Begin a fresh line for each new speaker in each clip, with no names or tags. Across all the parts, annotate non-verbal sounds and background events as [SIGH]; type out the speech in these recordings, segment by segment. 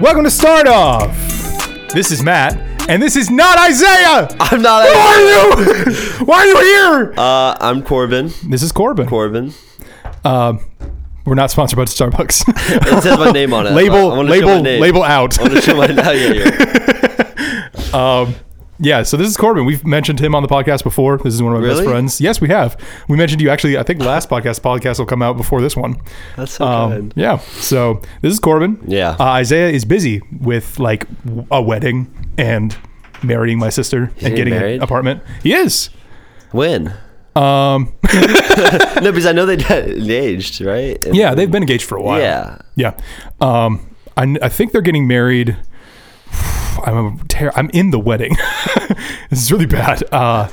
Welcome to Start Off. This is Matt, and this is not Isaiah.
I'm not.
Who are you? [LAUGHS] Why are you here?
Uh, I'm Corbin.
this is Corbin. Uh,
Corbin.
We're not sponsored by Starbucks.
[LAUGHS] It says my name on it.
label,
I wanna show my
label,
name.
label out.
I want to show my now. Yeah, yeah.
[LAUGHS] yeah. So this is Corbin. We've mentioned him on the podcast before. This is one of my best
Really?
friends. Yes, we have. We mentioned you actually. I think last podcast podcast will come out before this one.
That's so
Um,
kind.
yeah. So this is Corbin.
Yeah.
Uh, Isaiah is busy with like w- a wedding and marrying my sister and
getting
getting an
married?
apartment. He is.
When?
Um,
No, because I know they got engaged, right? And-
yeah, they've been engaged for a while.
Yeah.
Yeah. Um, I, kn- I think they're getting married. [SIGHS] I'm a ter- I'm in the wedding. [LAUGHS] this is really bad. Uh,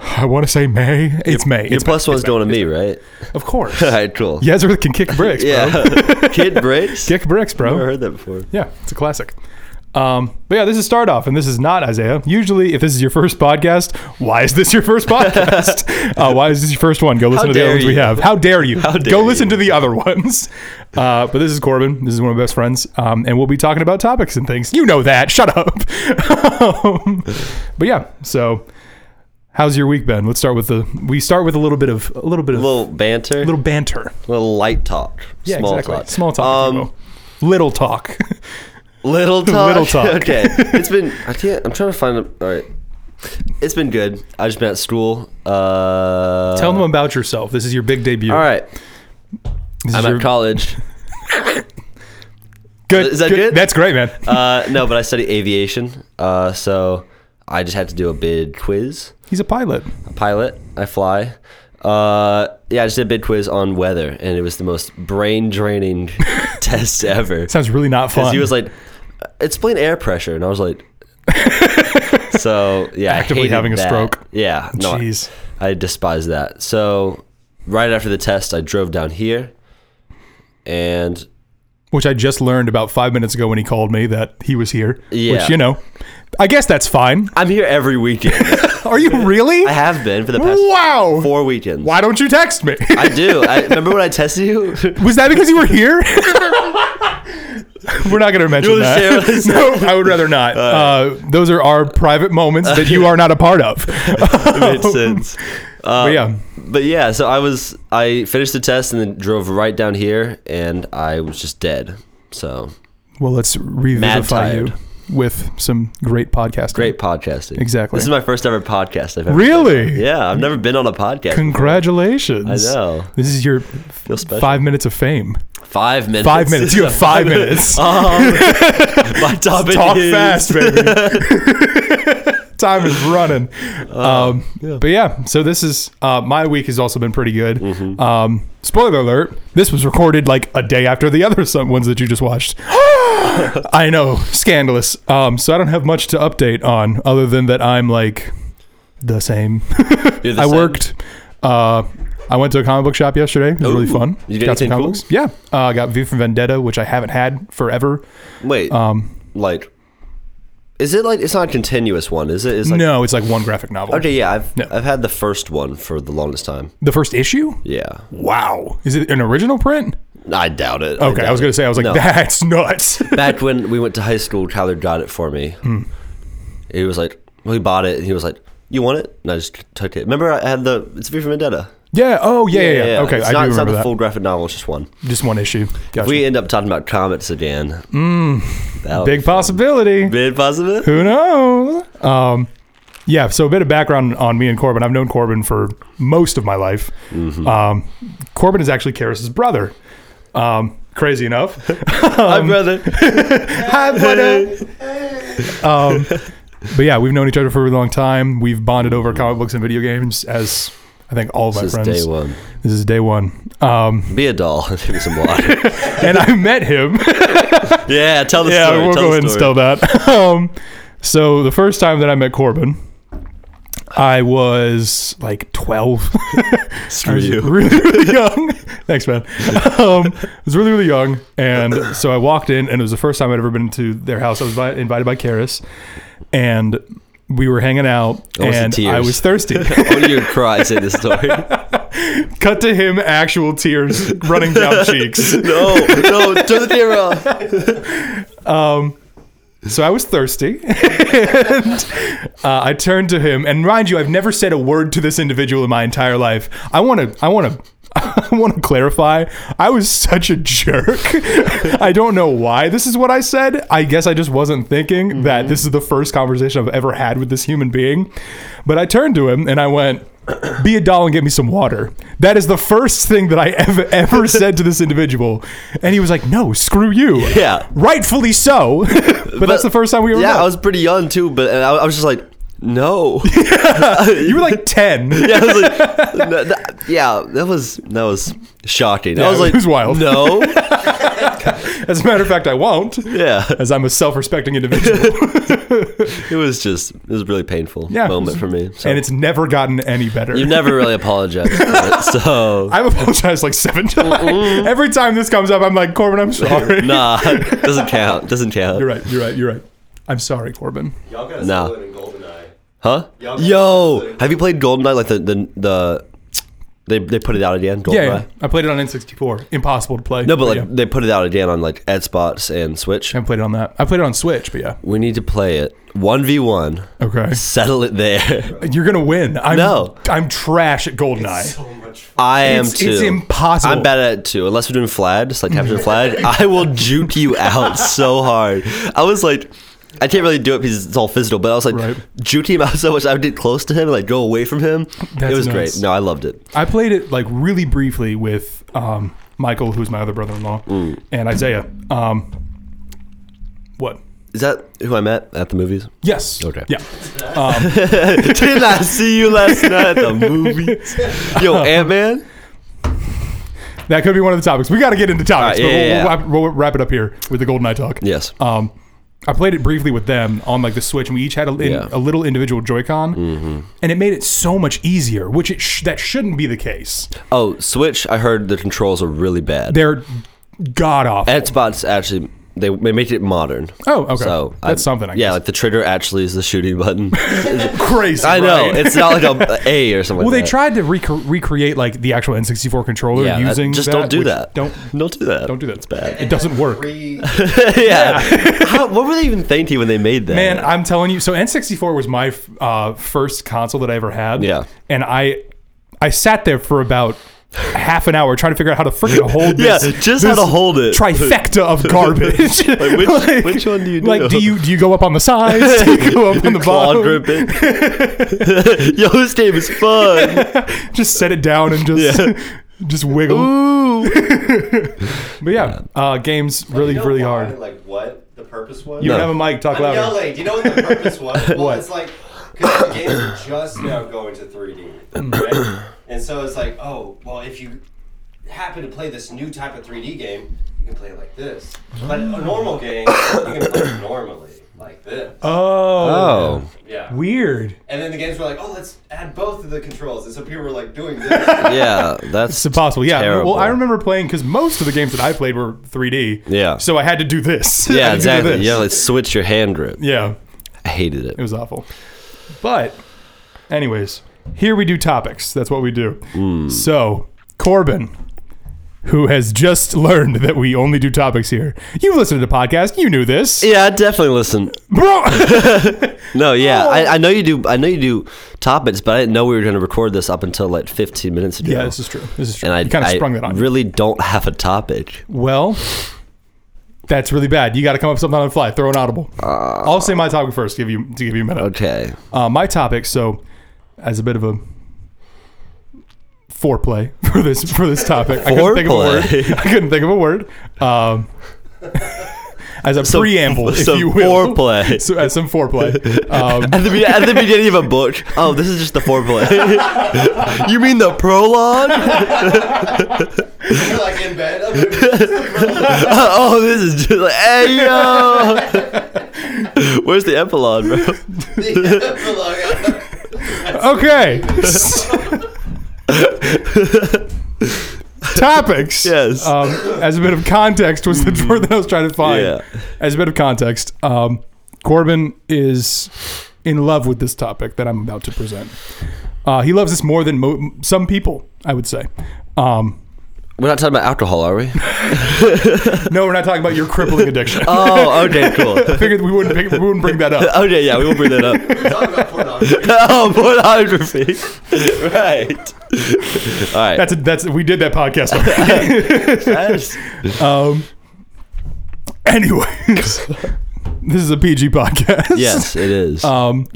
I want to say May. It's May.
Your
It's
plus
May.
one's going to me, right?
It's- of course.
All right, [LAUGHS] cool.
[LAUGHS] you guys really can kick bricks, bro.
[LAUGHS] Yeah. Kid breaks.
Kick bricks, bro.
Never heard that before.
Yeah, it's a classic. Um, but yeah, this is start off, and this is not Isaiah. Usually, if this is your first podcast, why is this your first podcast?
[LAUGHS]
uh, why is this your first one? Go listen
How
to the other
dare
ones we
you.
have. How dare you?
[LAUGHS] How dare
Go listen to
you.
the other ones. Uh, but this is Corbin. This is one of my best friends, um, and we'll be talking about topics and things. You know that. Shut up. [LAUGHS] Um, but yeah, so how's your week been? Let's start with the. We start with a little bit of a little bit of little,
Little banter. Little,
banter.
light talk.
Yeah,
small
exactly.
talk.
Small talk. if you
Um,
will. little talk. [LAUGHS]
Little talk.
Little talk. [LAUGHS]
[LAUGHS] okay. It's been. I can't. I'm trying to find. A, all right. It's been good. I just been at school. Uh,
Tell them about yourself. This is your big debut.
All right.
This is
I'm
your-
at college.
Good.
Is that good?
That's great, man.
uh, no, but I study aviation. Uh, so I just had to do a bid quiz.
He's a pilot.
A pilot, I fly. Uh, yeah, I just did a bid quiz on weather, and it was the most brain draining [LAUGHS] test ever.
Sounds really not
Because
fun.
he was like, explain air pressure. And I
[LAUGHS]
was like, so yeah. I
Actively
hated
having a
that.
stroke.
Yeah. No, I-
Jeez.
I despise that. So right after the test, I drove down here and
Which I just learned about five minutes ago when he called me that he was here.
Yeah.
Which, you know, I guess that's
[LAUGHS]
fine.
I'm here
[LAUGHS]
every weekend.
Are you really?
I have been for the past
wow.
four weekends.
Why don't you text me?
I [LAUGHS] do. I remember when I tested you.
[LAUGHS] was that because you were
[LAUGHS]
here? We're not going to mention
wanna share
that.
what I
[LAUGHS]
said?
no, I would rather
[LAUGHS]
not. Uh, those are our private moments that you are not a part
[LAUGHS]
of. [LAUGHS]
It made [LAUGHS] sense.
but yeah.
Uh, But yeah, so I was I finished the test and then drove right down here and I was just dead. So
Well, let's revisify you
tired.
with some great podcasting.
great podcasting.
Exactly.
This is my first ever podcast I've ever
Really?
done. Yeah, I've never been on a podcast.
Congratulations.
I know.
This is your
special.
five minutes of fame.
five minutes.
Five minutes. You have
[LAUGHS]
five minutes.
um, my
[LAUGHS]
topic
Talk
is-
fast, baby. [LAUGHS] Time is running.
Uh,
Um, But yeah, so this is uh, my week has also been pretty good.
Mm-hmm.
Um, spoiler alert: this was recorded like a day after the other [LAUGHS] some ones that you just
[GASPS]
watched. I know, scandalous. Um, so I don't have much to update on other than that I'm like the same.
You're the
[LAUGHS] I
same.
worked. Uh, I went to a comic book shop yesterday. It was really fun.
You get anything cool?
books. Yeah, uh, I got V for Vendetta, which I haven't had forever.
Wait. Um, like, is it like it's not a continuous one? Is it? Is like
no, it's like one graphic novel.
okay? Yeah, I've
No.
I've had the first one for the longest time.
The first issue?
Yeah,
Wow. Is it an original print?
I doubt it.
Okay, I, was gonna say I was like,
No.
that's
[LAUGHS]
nuts.
back when we went to high school, Tyler got it for me.
Hmm.
He was like, well, he bought it, and he was like, "You want it?" And I just took it. Remember, I had the it's V for Vendetta.
yeah. Oh yeah. Yeah. yeah, Okay,
it's
I
not,
do
it's not
remember
the
that.
full graphic novel; it's just one.
Just one issue. Gotcha.
We end up talking about comics again.
Hmm.
Mm,
Big possibility.
big
[LAUGHS]
positive.
Who knows? Um, yeah, so a bit of background on me and Corbin. I've known Corbin for most of my life.
Mm-hmm.
Um, Corbin is actually Karis's brother. Um, crazy
[LAUGHS]
enough. Um, [LAUGHS]
Hi, brother.
Hi,
[LAUGHS]
brother. um, but yeah, we've known each other for a really long time. We've bonded over comic books and video games as I think all of my
This is
friends.
day one.
This is day one. Um, [LAUGHS]
Be a doll. Give me some water.
and I met him.
Yeah, tell the
yeah,
story.
we'll
tell
go
the
ahead and
story.
spell that. [LAUGHS] um, so the first time that I met Corbin, I was like [LAUGHS] 12. I
Screw
was
you.
really,
[LAUGHS]
really young. [LAUGHS] Thanks, man. Um, I was really, really young. And so I walked in, and it was the first time I'd ever been to their house. I was by, invited by Karis, and we were hanging out,
Almost in
and I
tears. [LAUGHS]
was thirsty. [LAUGHS]
Only you would cry say this story.
Cut to him, actual tears running
[LAUGHS]
down cheeks.
No, no, turn the camera off.
So I was thirsty. [LAUGHS] and, uh, I turned to him, and mind you, I've never said a word to this individual in my entire life. I want to, I want to, [LAUGHS] I want to clarify. I was such a jerk. [LAUGHS] I don't know why this is what I said. I guess I just wasn't thinking that this is the first conversation I've ever had with this human being. But I turned to him and I went. [CLEARS THROAT] Be a doll and get me some water. That is the first thing that I ever ever said to this individual, and he was like, "No, screw you."
Yeah.
rightfully so. [LAUGHS] but, that's the first time we ever
Yeah,
met.
I was pretty young too, but and I, I was just like, no.
you were like 10.
[LAUGHS] yeah, I
[LAUGHS]
was like, no, that, yeah, that was that was shocking.
Yeah,
I was
it
like,
was wild. [LAUGHS]
No,
As a matter of fact, I won't,
yeah,
as I'm a self respecting
[LAUGHS]
individual.
it was just it was a really painful
Yeah, it
moment
was-
for me. So.
and it's never gotten any better.
you never really apologized for it, so
[LAUGHS] I've apologized like seven times. [LAUGHS] Every time this comes up, I'm like, Corbin, I'm sorry.
[LAUGHS] nah, doesn't count. Doesn't
[LAUGHS]
count.
You're right. You're right. You're right. I'm sorry, Corbin.
Y'all gotta
Nah.
sell it in GoldenEye.
Huh?
Y'all gotta sell it
Yo,
in-
have you played GoldenEye? Like the the, the they they put it out again. GoldenEye.
Yeah, yeah. I played it on N64. Impossible to play.
No, but like
yeah.
they put it out again on like Xbox and Switch.
I played it on that. I played it on Switch, but yeah.
We need to play it one v one. [LAUGHS]
Okay.
Settle it
[LAUGHS]
there.
You're going to win. I'm,
No.
I'm trash at GoldenEye.
So much fun.
I am
It's-
too.
it's impossible.
I'm bad at it too. Unless we're doing flag, just like capture [LAUGHS] flag, I will juke you out so hard. I was like, I can't really do it because it's all physical. But I was like,
Right.
juke him out so much. I would get close to him, and like go away from him.
That's
it was
nice.
great. No, I loved it.
I played it like really briefly with um, Michael, who's my other brother-in-law,
Mm.
and Isaiah. Um, what?
Is that who I met at the [LAUGHS] movies?
Yes.
Okay.
Yeah.
Did I see you last night at the movies? [LAUGHS] Yo, Ant Man.
That could be one of the topics. We got to get into topics,
All right,
but
Uh,
we'll,
yeah, yeah,
we'll,
yeah.
wrap, we'll wrap it up here with the Golden Eye talk.
Yes.
Um, I played it briefly with them on like the Switch, and we each had a, in-
Yeah. Mm-hmm.
a little individual Joy-Con, and it made it so much easier, which it sh- that shouldn't be the case.
oh, Switch. I heard the controls are really bad.
They're god awful.
Xbox actually they they make it modern.
Oh, okay.
So
That's something, I
yeah,
guess.
like the trigger actually is the
[LAUGHS]
shooting button.
Crazy.
I know
right?
it's not like a A or something.
Well,
like
they
that.
tried to rec- recreate like the actual N64 controller
Yeah, that-
using.
just
that,
don't do
which-
that.
Don't
don't do that.
don't do that. It's bad. [LAUGHS] It
And
doesn't work.
Free
yeah. [LAUGHS] How, what were they even thinking when they made that?
Man, I'm telling you. So N64 was my uh, first console that I ever had.
Yeah.
and I I sat there for about half an hour trying to figure out how to freaking hold
Yeah,
this.
just how
this
to hold it.
Trifecta of
[LAUGHS]
garbage.
Like,
[LAUGHS]
which- which one do you do?
Like, do you do you go up on the sides? Do
[LAUGHS]
you go up on the
Claw
bottom? [LAUGHS]
gripping. [LAUGHS] Yo, this game is fun.
[LAUGHS] Just set it down and just
Yeah.
[LAUGHS] just wiggle.
Ooh.
[LAUGHS] But yeah, uh, games really
You know
really
why,
hard.
Like what the purpose was?
You
No.
have a mic. Talk
I'm
louder.
yelling. Do you know what the
[LAUGHS]
purpose was? Well,
What?
it's like because the games are just now going to
[COUGHS]
3D, right? and so it's like, oh, well, if you happen to play this new type of 3D game, you can play it like this. But a normal game, you can play it normally like this.
Uh, Oh,
Oh.
yeah.
weird.
and then the games were like, oh, let's add both of the controls, and so people were like doing this. [LAUGHS]
Yeah, that's
It's impossible. Yeah.
Terrible.
Well, I remember playing because most of the games that I played were 3D.
Yeah.
So I had to do this. [LAUGHS] I had
Yeah,
to do
exactly.
this.
Yeah, like switch your hand grip.
yeah.
I hated
It
it.
was awful. But, anyways, here we do topics. That's what we do.
Hmm.
So, Corbin, who has just [LAUGHS] learned that we only do topics here, you listened to the podcast. You knew this,
Yeah, I definitely listen.
[LAUGHS] bro. [LAUGHS]
No, yeah,
Oh.
I, I know you do. I know you do topics, but I didn't know we were going to record this up until like 15 minutes ago.
yeah, this is true. This is true.
and I
you kind of
I
sprung that on. me.
Really don't have a topic.
Well, that's really bad. You got to come up with something on the fly. Throw an audible. I'll say my topic first. Give you to give you a minute.
Uh, Okay.
Uh, my topic. So, as a bit of a foreplay [LAUGHS] for this for this topic, I couldn't think of a word.
Foreplay.
[LAUGHS] I couldn't think of a word. Um, [LAUGHS] as a
Some-
preamble, if
some
you will.
foreplay.
[LAUGHS] So, as some foreplay. Um,
At the, be- at the beginning of a book. Oh, this is just the foreplay. [LAUGHS] you mean the prologue? [LAUGHS]
You're like in bed. Okay, [LAUGHS]
oh, this is just like, hey,
[LAUGHS]
yo. Where's the epilogue, bro? [LAUGHS]
okay. Topics.
Yes.
um, as a bit of context was the word that I was trying to find.
Yeah.
As a bit of context, um, Corbin is in love with this topic that I'm about to present. Uh, he loves this more than mo- some people. I would say. Um,
We're not talking about alcohol, are we?
no, we're not talking about your crippling addiction.
[LAUGHS]
[LAUGHS]
Oh, okay, cool.
I figured we wouldn't pick, we wouldn't bring that up.
[LAUGHS] Okay, yeah, we will bring that up.
[LAUGHS]
Talk about pornography.
oh, pornography. [LAUGHS] right. All right. [LAUGHS]
That's a, that's we did that podcast. Already.
That's-
Um, anyways,
[LAUGHS]
this is a PG podcast. [LAUGHS]
yes, it is.
Um,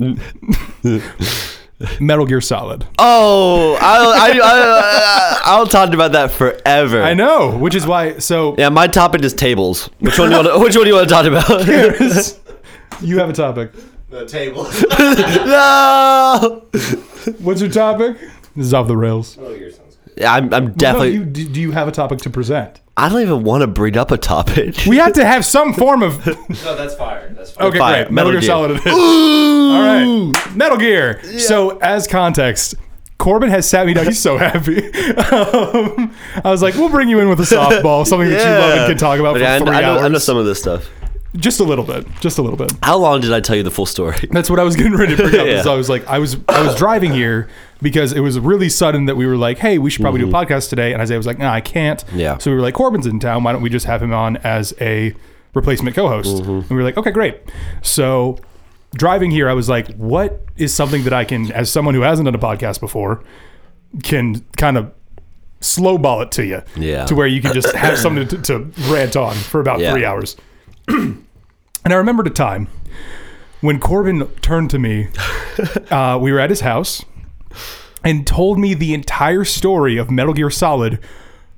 Metal Gear Solid.
oh, I'll, I, I, I'll talk about that forever.
I know, which is why. So
Yeah, my topic is tables. Which one do you want? To, which one do you want to
[LAUGHS]
talk about?
you have a topic.
The table.
[LAUGHS]
[LAUGHS]
no.
What's your topic? This is off the rails.
oh, yours sounds good.
Yeah, I'm, I'm definitely.
No, you, do, do you have a topic to present?
I don't even want to bring up a topic.
We have to have some form of. [LAUGHS]
No, that's fire. That's fire.
Okay,
Fire.
great. Metal,
Metal
Gear
Gear.
Solid. It is. [LAUGHS]
[GASPS] [LAUGHS]
All right, Metal Gear. So, as context, Corbin has sat me down. He's
[LAUGHS]
so happy. [LAUGHS] um, I was like, "We'll bring you in
[LAUGHS]
with a softball, something that you love and can talk about
But
for
I,
three
I know,
hours,
I know some of this stuff.
just a little bit, just a little bit."
How long did I tell you the full story? [LAUGHS]
[LAUGHS] That's what I was getting ready to bring up.
Yeah.
Is I was like, I was I was driving here because it was really sudden that we were like, hey, we should probably do a podcast today. And Isaiah was like, no, I can't.
Mm-hmm. Yeah.
So we were like, Corbin's in town. Why don't we just have him on as a replacement co-host?
Mm-hmm.
And we were like, okay, great. So driving here, I was like, what is something that I can, as someone who hasn't done a podcast before, can kind of slow ball it to you,
Yeah.
to where you can just have something to, to rant on for about
Yeah.
three hours. [CLEARS THROAT] and I remembered a time when Corbin turned to me. Uh, we were at his house and told me the entire story of Metal Gear Solid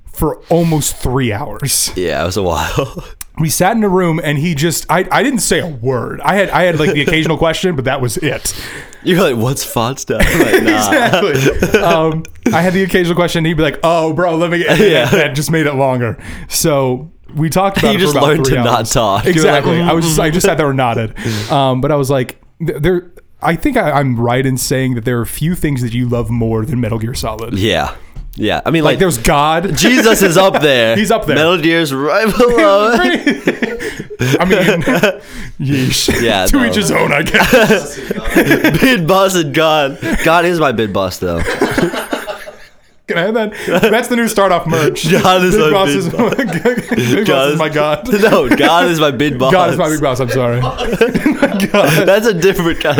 for almost three hours
Yeah, it was a while. [LAUGHS]
we sat in a room and he just I, I didn't say a word i had i had like the occasional question but that was it
You're like, what's font stuff?
[LAUGHS]
I'm like, nah.
exactly. [LAUGHS] um, I had the occasional question. He'd be like, "Oh, bro, let me."
[LAUGHS]
Yeah, that just made it longer. So we talked about.
You
it
just
for about
learned
three
to not
hours.
talk. You were
Exactly.
like, "Mm-hmm."
I was. Just, I just sat there and nodded. Um, but I was like, th- there. I think I, I'm right in saying that there are few things that you love more than Metal Gear Solid.
Yeah, yeah. I mean,
Like
like,
there's [LAUGHS] God. [LAUGHS]
Jesus is up there.
He's up there.
Metal Gear's right below. it. [LAUGHS]
I mean, [LAUGHS] yeesh. [LAUGHS]
Yeah,
to
no.
each his own, I guess.
[LAUGHS] Big boss and God. God is my big boss, though.
Can I have that? That's the new start off
[LAUGHS]
merch.
God is
Big
my
Boss
big
is- [LAUGHS]
boss.
[LAUGHS] Big Boss is my God.
[LAUGHS] No, God is my big
[LAUGHS]
boss.
God is my big boss. I'm
[LAUGHS]
sorry. God.
That's a different kind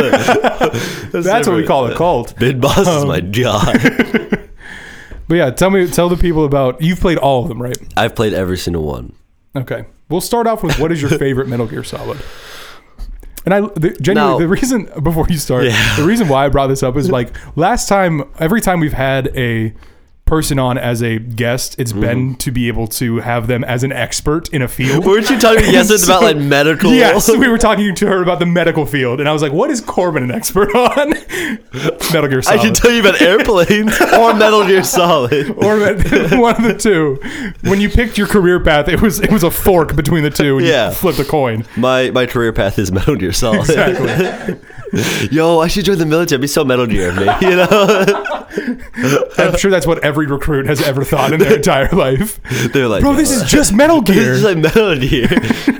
[LAUGHS]
of.
That's what we
different.
call Um, a cult.
Big boss is my God.
[LAUGHS] But yeah, tell me, tell the people about. You've played all of them, right?
I've played every single one.
Okay. We'll start off with what
[LAUGHS]
is your favorite Metal Gear Solid? And I, the, genuinely,
Now-
the reason [LAUGHS] before you start,
Yeah.
the reason why I brought this up is like last time, every time we've had a person on as a guest,
Mm-hmm.
it's been to be able to have them as an expert in a field.
Weren't
[LAUGHS]
you talking yesterday
So-
about
[LAUGHS]
like medical?
Yes, we were talking to her about the medical field, and I was like, "What is Corbin an expert on?" [LAUGHS] Metal Gear
[LAUGHS] I
Solid.
can tell you
[LAUGHS]
about airplanes or Metal Gear Solid.
or [LAUGHS] one of the two. When you picked your career path, it was it was a fork between the two, and
Yeah.
you flipped a coin.
My my career path is [LAUGHS] Metal Gear Solid.
Exactly.
[LAUGHS] Yo, I should join the military. I'd be so Metal Gear, man. [LAUGHS]
[LAUGHS]
You know,
I'm sure that's what every recruit has ever thought in
[LAUGHS]
their entire life.
they're like,
Bro,
"Yo,
this is just Metal
[LAUGHS] It's
Gear.
like Metal Gear. [LAUGHS]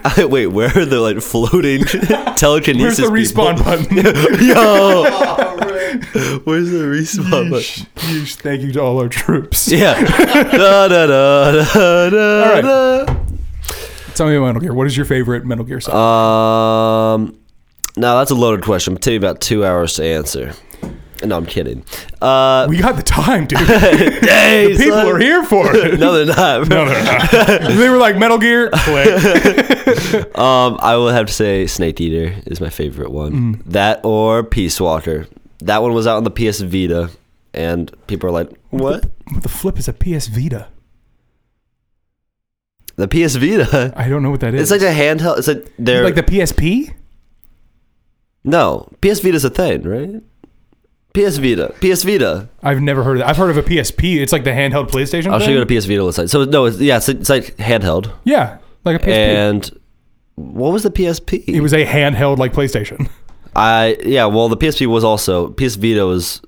I, wait, where are the like floating [LAUGHS]
Where's
telekinesis?
the respawn button?
people? [LAUGHS] Yo,
All right.
where's the respawn button?
[LAUGHS] Yeesh, yeesh, Thank you to all our troops.
Yeah. [LAUGHS] da, da, da, da, da,
All right.
da.
Tell me about Metal Gear. What is your favorite Metal Gear
Uh,
song?
Um, now that's a loaded question. But take about two hours to answer. No, I'm kidding. Uh, [LAUGHS]
we [LAUGHS] got the time, dude. the
days,
people
son.
are here for it. [LAUGHS]
[LAUGHS] No, they're not.
No, no,
[LAUGHS]
no. they were like Metal Gear. Click.
Um, I will have to say Snake Eater is my favorite one.
Mm.
That or Peace Walker. That one was out on the PS Vita, and people are like, "What?
What the flip is a PS Vita?
The PS Vita?
I don't know what that is.
It's like a handheld. It's like they're
like the PSP.
no PS Vita's a thing, right? PS Vita, PS Vita.
I've never heard of that. I've heard of a PSP. It's like the handheld PlayStation.
I'll
thing?
show Oh, you what a PS Vita looks like. So no, it's, yeah, it's, it's like handheld.
Yeah, like a PSP.
And what was the PSP?
it was a handheld like PlayStation. [LAUGHS]
I yeah. Well, the PSP was also PS Vita was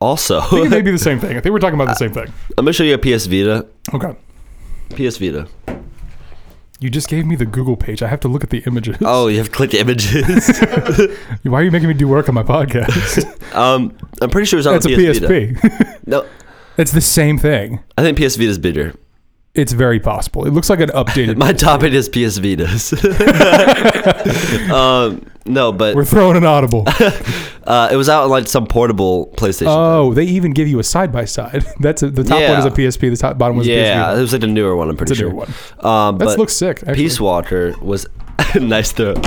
also.
I think
[LAUGHS] I'm
they do the same thing. I think we're talking about the same thing.
gonna show you a PS Vita.
Okay.
PS Vita.
You just gave me the Google page. I have to look at the images.
Oh, you have to click images.
[LAUGHS] Why are
[LAUGHS]
you making me do work on my podcast?
Um, I'm pretty sure it's on
That's a
the PS Vita.
PSP.
No,
[LAUGHS] It's the same thing.
I think PS Vita's bigger.
It's very possible. It looks like an updated.
[LAUGHS] My topic is PS
[LAUGHS]
Vita's. um, no, but
We're throwing an
[LAUGHS]
audible.
uh, it was out on like some portable PlayStation.
Oh, they even give you a side by side. [LAUGHS] That's a, the top one is a
Yeah.
PSP. The top bottom was
yeah,
a PSP.
it was like a newer one. I'm pretty
It's a
sure.
newer one.
Um,
That
but
looks sick. Actually.
Peace Walker was [LAUGHS] nice throw.
[LAUGHS]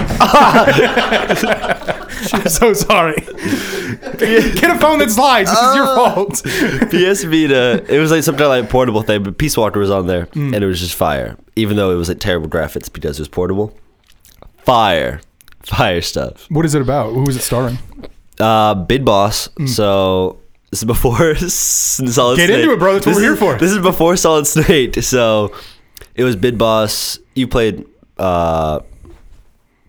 I'm so
[LAUGHS]
sorry. Get a phone that slides. This is your
Uh.
fault. [LAUGHS]
PS Vita. It was like some kind of like portable thing, but Peace Walker was on there,
Mm.
and it was just fire. Even though it was like terrible graphics because it was portable, fire, fire stuff.
what is it about? Who is it starring?
Uh, Bid Boss. So this is before [LAUGHS] Solid.
Hmm. Get
Snake.
into it, bro. That's what
This
we're
is-
here for.
This is before Solid Snake. [LAUGHS] So it was Bid Boss. You played uh,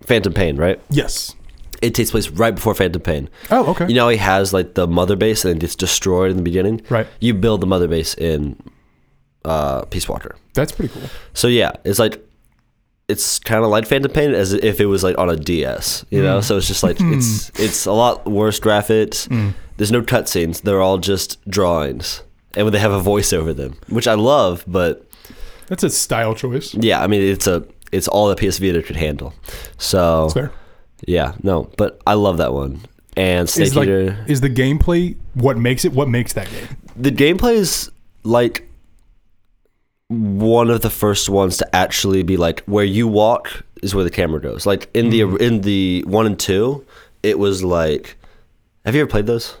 Phantom Pain, right?
Yes.
It takes place right before Phantom Pain.
Oh, okay.
You know, how he has like the mother base and it gets destroyed in the beginning.
Right.
You build the mother base in uh, Peace Walker.
That's pretty cool.
So yeah, it's like it's kind of like Phantom Pain as if it was like on a DS, you
Mm.
know. So it's just
Hmm.
like it's it's a lot worse graphics. There's no cutscenes; they're all just drawings, and when they have a voice over them, which I love. But
That's a style choice. That's
yeah, I mean it's a it's all that PS Vita could handle. So
fair.
yeah, no, but I love that one. And Snake
Is, like,
Eater.
is the gameplay what makes it? What makes that game?
the gameplay is like one of the first ones to actually be like where you walk is where the camera goes. Like in
Mm-hmm.
the in the one and two, it was like. Have you ever played those?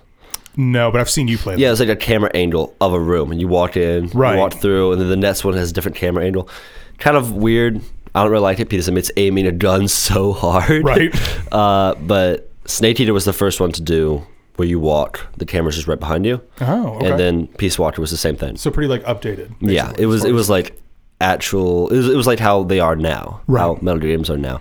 No, but I've seen you play.
Yeah, it's like a camera angle of a room, and you walk in, you
Right.
walk through, and then the next one has a different camera angle. Kind of weird. I don't really like it because it makes aiming a gun [LAUGHS] so hard.
Right.
[LAUGHS] Uh, but Snake Eater was the first one to do where you walk, the camera's just right behind you,
that. Oh, okay.
and then Peace Walker was the same thing.
so pretty like updated.
Yeah,
basically, as
it was
far
it
as-
was like actual. It was, it was like how they are now,
Right.
how Metal Gear games are now.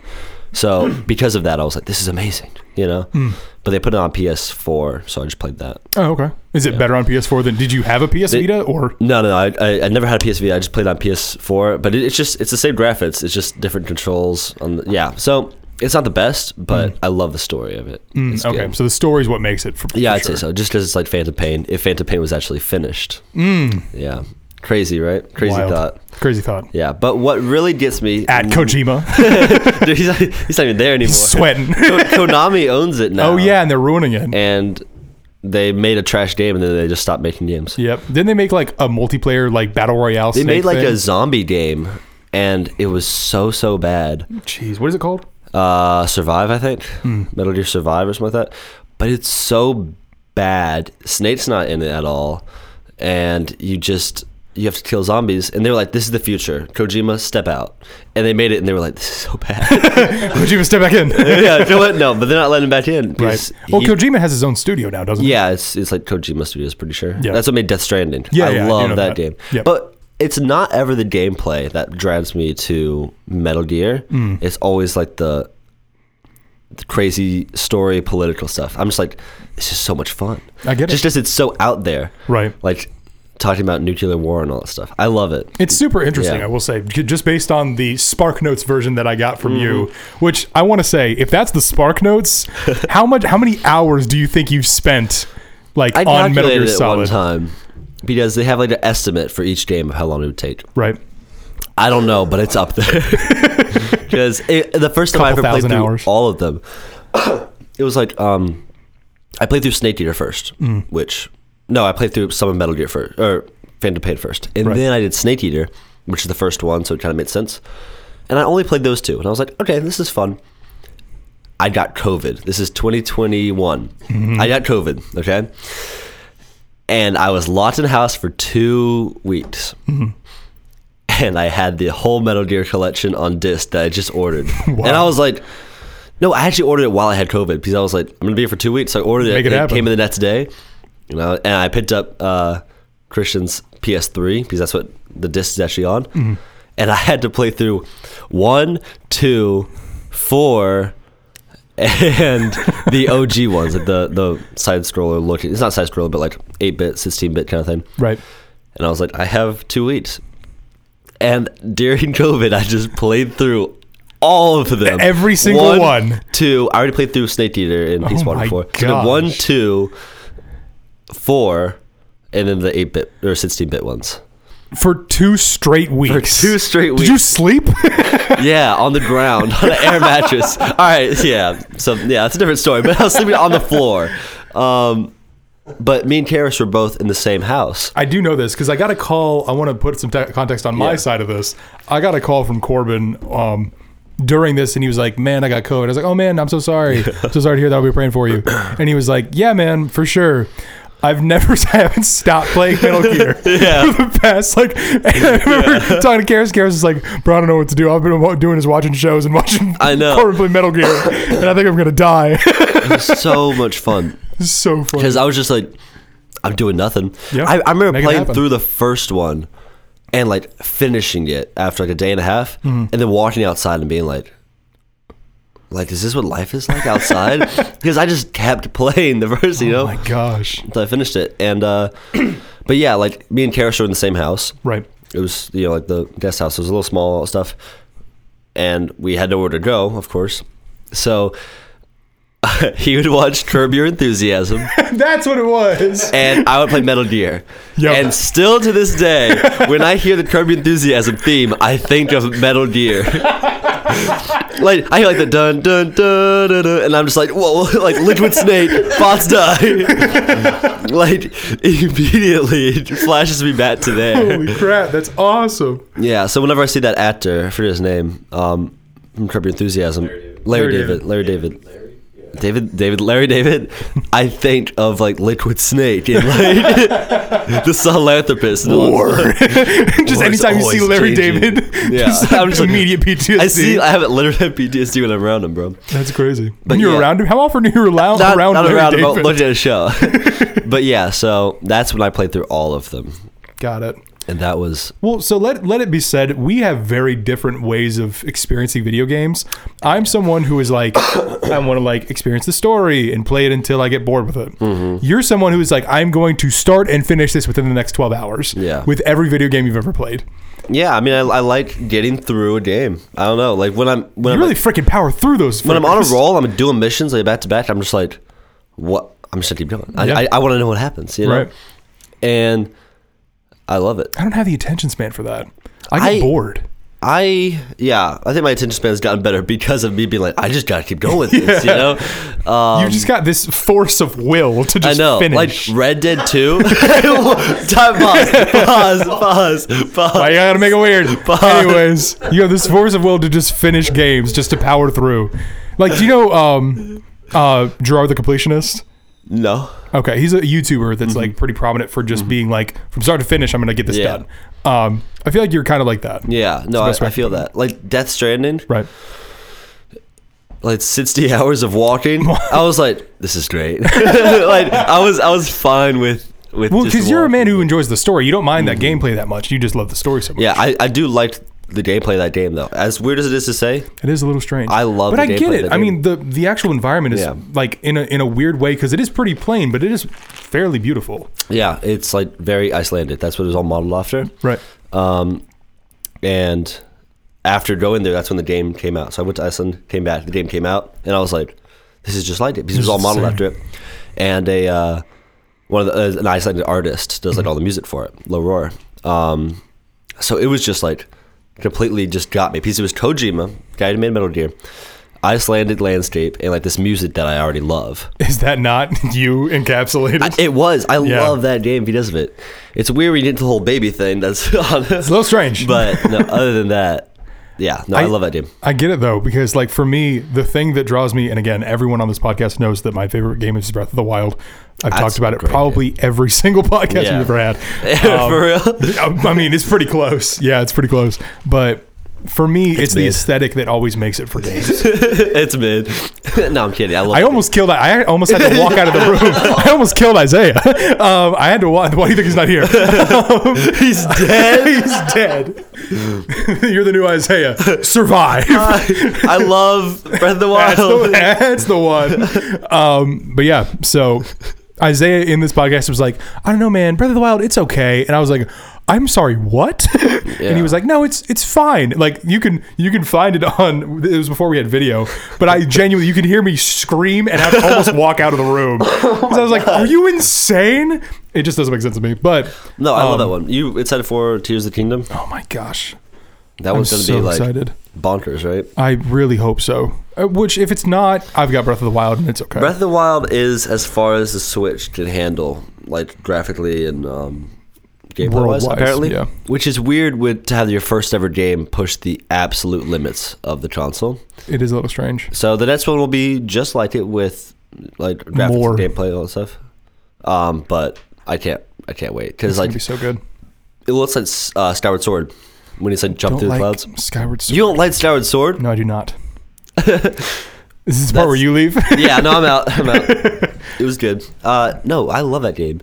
So [CLEARS THROAT] because of that, I was like, this is amazing, you know.
Hmm.
But they put it on PS4, so I just played that.
Oh, okay. Is it better on PS4 than? Did you have a PS
They-
Vita or?
No, no, I I, I never had a PS Vita. I just played on PS4, but it, it's just it's the same graphics. It's just different controls on. The, yeah, so it's not the best, but I love the story of it.
Mm,
It's
Hmm. okay,
good.
so the story's what makes it. For,
Yeah,
for
I'd say
sure.
so. Just because it's like Phantom Pain, if Phantom Pain was actually finished, yeah, crazy, right? Crazy
Hmm. Wild.
thought.
Crazy thought.
Yeah, Mm. but what really gets me
At Kojima,
[LAUGHS]
[LAUGHS]
Dude, he's, not, he's not even there anymore. [LAUGHS]
sweating.
Ko- Konami owns it
[LAUGHS]
now.
oh yeah, and they're ruining it.
And they made a trash game, and then they just stopped making games.
Yep. Didn't they make like a multiplayer like battle royale?
They made like a zombie game, and it was so so bad.
jeez. What is it called?
Uh, Survive, I think.
Hmm.
Metal Gear Survive or something like that. But it's so bad. Snake's not in it at all, and you just you have to kill zombies. And they were like, "This is the future." Kojima, step out. And they made it, and they were like, "This is so bad." [LAUGHS]
Kojima, step back in.
yeah, you know what? No, but they're not letting him back in.
right.
because
Well,
he-
Kojima has his own studio now, doesn't he?
Yeah, it's it's like Kojima Studios, pretty sure.
Yeah.
That's what made Death Stranding.
Yeah,
I
yeah, I do
love
know
that,
that.
game.
Yep.
But it's not ever the gameplay that drives me to Metal Gear.
Mm.
It's always like the, the crazy story, political stuff. I'm just like, it's just so much fun.
I get it.
Just because it's so out there.
Right.
Like talking about nuclear war and all that stuff. I love it.
It's super interesting,
Yeah.
I will say, j- just based on the Spark Notes version that I got from you,
Mm-hmm.
which I want to say, if that's the Spark
[LAUGHS]
Notes, how much, how many hours do you think you've spent, like
I
on Metal
calculated
Gear
it one
Solid?
time because they have like an estimate for each game of how long it would take.
Right.
I don't know, but it's
[LAUGHS]
up there. Because the first time I
Couple
ever played
thousand
through
hours.
all of them, [COUGHS] it was like um, I played through Snake Eater first,
Mm.
which no, I played through some of Metal Gear first or Phantom Pain first, and
Right.
then I did Snake Eater, which is the first one, so it kind of made sense. And I only played those two, and I was like, okay, this is fun. I got COVID. This is 2021.
Mm-hmm.
I got COVID. Okay. And I was locked in the house for two weeks.
Mm-hmm.
And I had the whole Metal Gear collection on disc that I just
[LAUGHS]
ordered. And I was like, no, I actually ordered it while I had COVID because I was like, I'm going to be here for two weeks. So I ordered
Make it
it. and
happen.
came in the next day. You know, and I picked up uh, Christian's PS3 because that's what the disc is actually on.
Mm-hmm.
And I had to play through one, two, four, and the OG ones, like the the side scroller looking. It's not side scroller, but like eight bit, sixteen bit kind of thing.
Right.
And I was like, I have two weeks. And during [LAUGHS] COVID, I just played through all of them.
Every single one. Oh
Two. I already played through Snake Eater and Peace
my
Walker 4. So I did one,
gosh.
two, four, and then the eight bit or sixteen bit ones.
for two straight weeks.
two straight
Did you
weeks.
sleep? [LAUGHS]
Yeah, on the ground on an air mattress. All right, yeah. So yeah, that's a different story. But I was sleeping on the floor. Um, but me and Karis were both in the same house.
I do know this because I got a call. I want to put some te- context on my side of this. I got a call from Corbin um, during this, and he was like, "Man, I got COVID." I was like, "Oh man, I'm so sorry.
[LAUGHS]
so sorry to hear that. I'll be praying for you."
[CLEARS THROAT]
And he was like, "Yeah, man, for sure." I've never [LAUGHS] I haven't stopped playing
[LAUGHS]
Metal Gear [LAUGHS] for the past like. [LAUGHS] And I remember talking to Karis. Karis is like, "Bro, I don't know what to do. I've been wa- doing is watching shows and watching
[LAUGHS] I know.
Corbin play Metal Gear, and I think I'm gonna die." [LAUGHS]
It was so much fun.
it's so funny.
because I was just like, I'm doing nothing.
Yeah.
I, I remember
Make it
playing
happen.
through the first one and like finishing it after like a day and a half,
Mm-hmm.
and then walking outside and being like, like is this what life is like
[LAUGHS]
outside? Because I just kept playing the first, you
Oh
know,
my gosh!
until I finished it. And uh, [CLEARS THROAT] but yeah, like me and Karis were in the same house.
Right.
It was you know like the guest house. It was a little small stuff, and we had nowhere to go, of course. So. [LAUGHS] he would watch Curb Your Enthusiasm,
[LAUGHS] That's what it was.
and I would play Metal Gear.
Yep.
And still to this day, when I hear the Curb Your Enthusiasm theme, I think of Metal Gear. like I hear like the dun dun dun dun, dun and I'm just like whoa, [LAUGHS] like Liquid Snake, Bots die. [LAUGHS] like immediately, it flashes me back to
[LAUGHS]
there.
Holy crap! That's awesome.
Yeah, so whenever I see that actor, I forget his name, um, from Curb Your Enthusiasm, Larry David,
Larry
Larry, David,
David.
Larry David. David, David, Larry [LAUGHS] David, I think of like Liquid Snake and like [LAUGHS] the philanthropist. War.
[LAUGHS] just
Well, it's
anytime you see
always
Larry
changing.
David, [LAUGHS]
Yeah.
just like
[LAUGHS] I'm just like-
immediate PTSD.
[LAUGHS] [LAUGHS] I see, I have it literally had PTSD when I'm around him, bro.
That's crazy. When you're
yeah.
around him, how often are you around,
Not
around
around, not
Larry
around
David?
but looking at a [LAUGHS] show. but yeah, so that's when I played through all of them,
Got it.
and that was
Well, so let let it be said, we have very different ways of experiencing video games. I'm someone who is like, [COUGHS] I want to like experience the story and play it until I get bored with it.
Mm-hmm.
You're someone who is like, I'm going to start and finish this within the next 12 hours.
Yeah.
With every video game you've ever played,
yeah. I mean, I, I like getting through a game. I don't know, like when I'm when
you
I'm
really freaking power through those.
when I'm on a
fuckers.
roll, I'm doing missions like back to back. I'm just like, what? I'm just gonna keep going. I,
Yeah.
I, I want to know what happens, you know.
Right.
And I love it.
I don't have the attention span for that. I get
I-
bored.
I yeah, I think my attention span's gotten better because of me being like, I just gotta keep going with this, you know. Um,
[LAUGHS] you just got this force of will to
I
just
know,
finish.
like Red Dead
[LAUGHS]
Two. Time pause, pause, pause,
I
pause.
gotta make it
[LAUGHS]
weird. Anyways, you have this force of will to just finish games, just to power through. Like, do you know um, uh, Gerard the Completionist?
No,
Okay, he's a YouTuber that's like pretty prominent for just being like, from start to finish, I'm gonna get this
Mhm. Yeah.
done. Um, I feel like you're kind of like that.
yeah, no,
the
I,
best way
I
I
feel
can put
that. Like Death Stranding,
Right.
like 60 [LAUGHS] hours of walking. I was like, this is great. [LAUGHS] like I was, I was fine with with.
Well,
just
because you're a man
walking. Mm-hmm.
who enjoys the story. You don't mind that gameplay that much. You just love the story so much.
Yeah, I, I do like the gameplay of that game though. As weird as it is to say,
It is a little strange.
I love
but
the
I get
gameplay of
it.
the
I
game.
mean, the the actual environment is
Yeah.
like in a in a weird way because it is pretty plain, but it is fairly beautiful.
yeah, it's like very Icelandic. That's what it was all modeled after.
Right.
Um, and after going there, that's when the game came out. So I went to Iceland, came back, the game came out, and I was like, "This is just like it." Because it was all modeled
insane.
after it. And a uh, one of the, uh, an Icelandic artist does like all the music for it, Leroy. Um, so it was just like completely just got me because it was Kojima, guy who made Metal Gear, Icelandic landscape, and like this music that I already love.
Is that not [LAUGHS] you encapsulated?
I- It was. I
Yeah.
love that game because of it. It's weird when you get into the whole baby thing. That's [LAUGHS]
it's a little [LAUGHS] strange.
but no, other than that, yeah, no, I,
I-
love
[LAUGHS]
that game.
I get it though because like for me, the thing that draws me, and again, everyone on this podcast knows that my favorite game is Breath of the Wild. I've talked
That's
about it
great,
probably every [LAUGHS] single podcast
Yeah.
we've ever had.
[LAUGHS]
Um,
For
[LAUGHS]
real?
I mean, it's pretty close. Yeah, it's pretty close. But for me, it's, the
mid.
aesthetic that always makes it for games.
it's mid. [LAUGHS] no, I'm kidding. I love.
I
it.
almost killed. I almost had
[LAUGHS]
to walk out of the room. I almost killed Isaiah. [LAUGHS] Um, I had to walk. Why do you think he's not here?
[LAUGHS] He's
[LAUGHS]
dead.
he's dead. You're the new Isaiah. Survive.
I,
[LAUGHS]
I love Breath of the
that's, the,
Wild.
that's the one. Um, but yeah, so Isaiah in this podcast was like, I don't know, man. Breath of the Wild, it's okay. And I was like, I'm sorry, what? [LAUGHS] And
Yeah.
he was like, no, it's it's fine. Like you can you can find it on. It was before we had video, but I genuinely you could hear me scream and I'd almost walk out of the
[LAUGHS]
room.
Oh
'Cause I was like, are you insane? It just doesn't make sense to me. But
No, I love
Um,
that one. You excited for Tears of the Kingdom?
oh my gosh,
That one's
I'm
going to
so
be like
excited.
bonkers, right?
I really hope so. Uh, Which if it's not, I've got Breath of the Wild and it's okay.
Breath of the Wild is as far as the Switch can handle, like graphically and um, gameplay wise,
World-wise,
apparently.
yeah.
Which is weird with, to have your first ever game push the absolute limits of the console.
it is a little strange.
So the next one will be just like it with like graphics,
More.
gameplay, all that stuff. Um, but I can't, I can't wait because
It's
like
gonna be so good.
it looks like uh, Skyward Sword when it's like jump
Don't
through
like
the clouds.
Skyward Sword.
You don't like Skyward Sword?
No, I do [LAUGHS] not. this is the part where
That's-
you [LAUGHS] leave.
[LAUGHS] yeah, no, I'm out.
[LAUGHS]
I'm out. It was good. Uh, no, I love that game.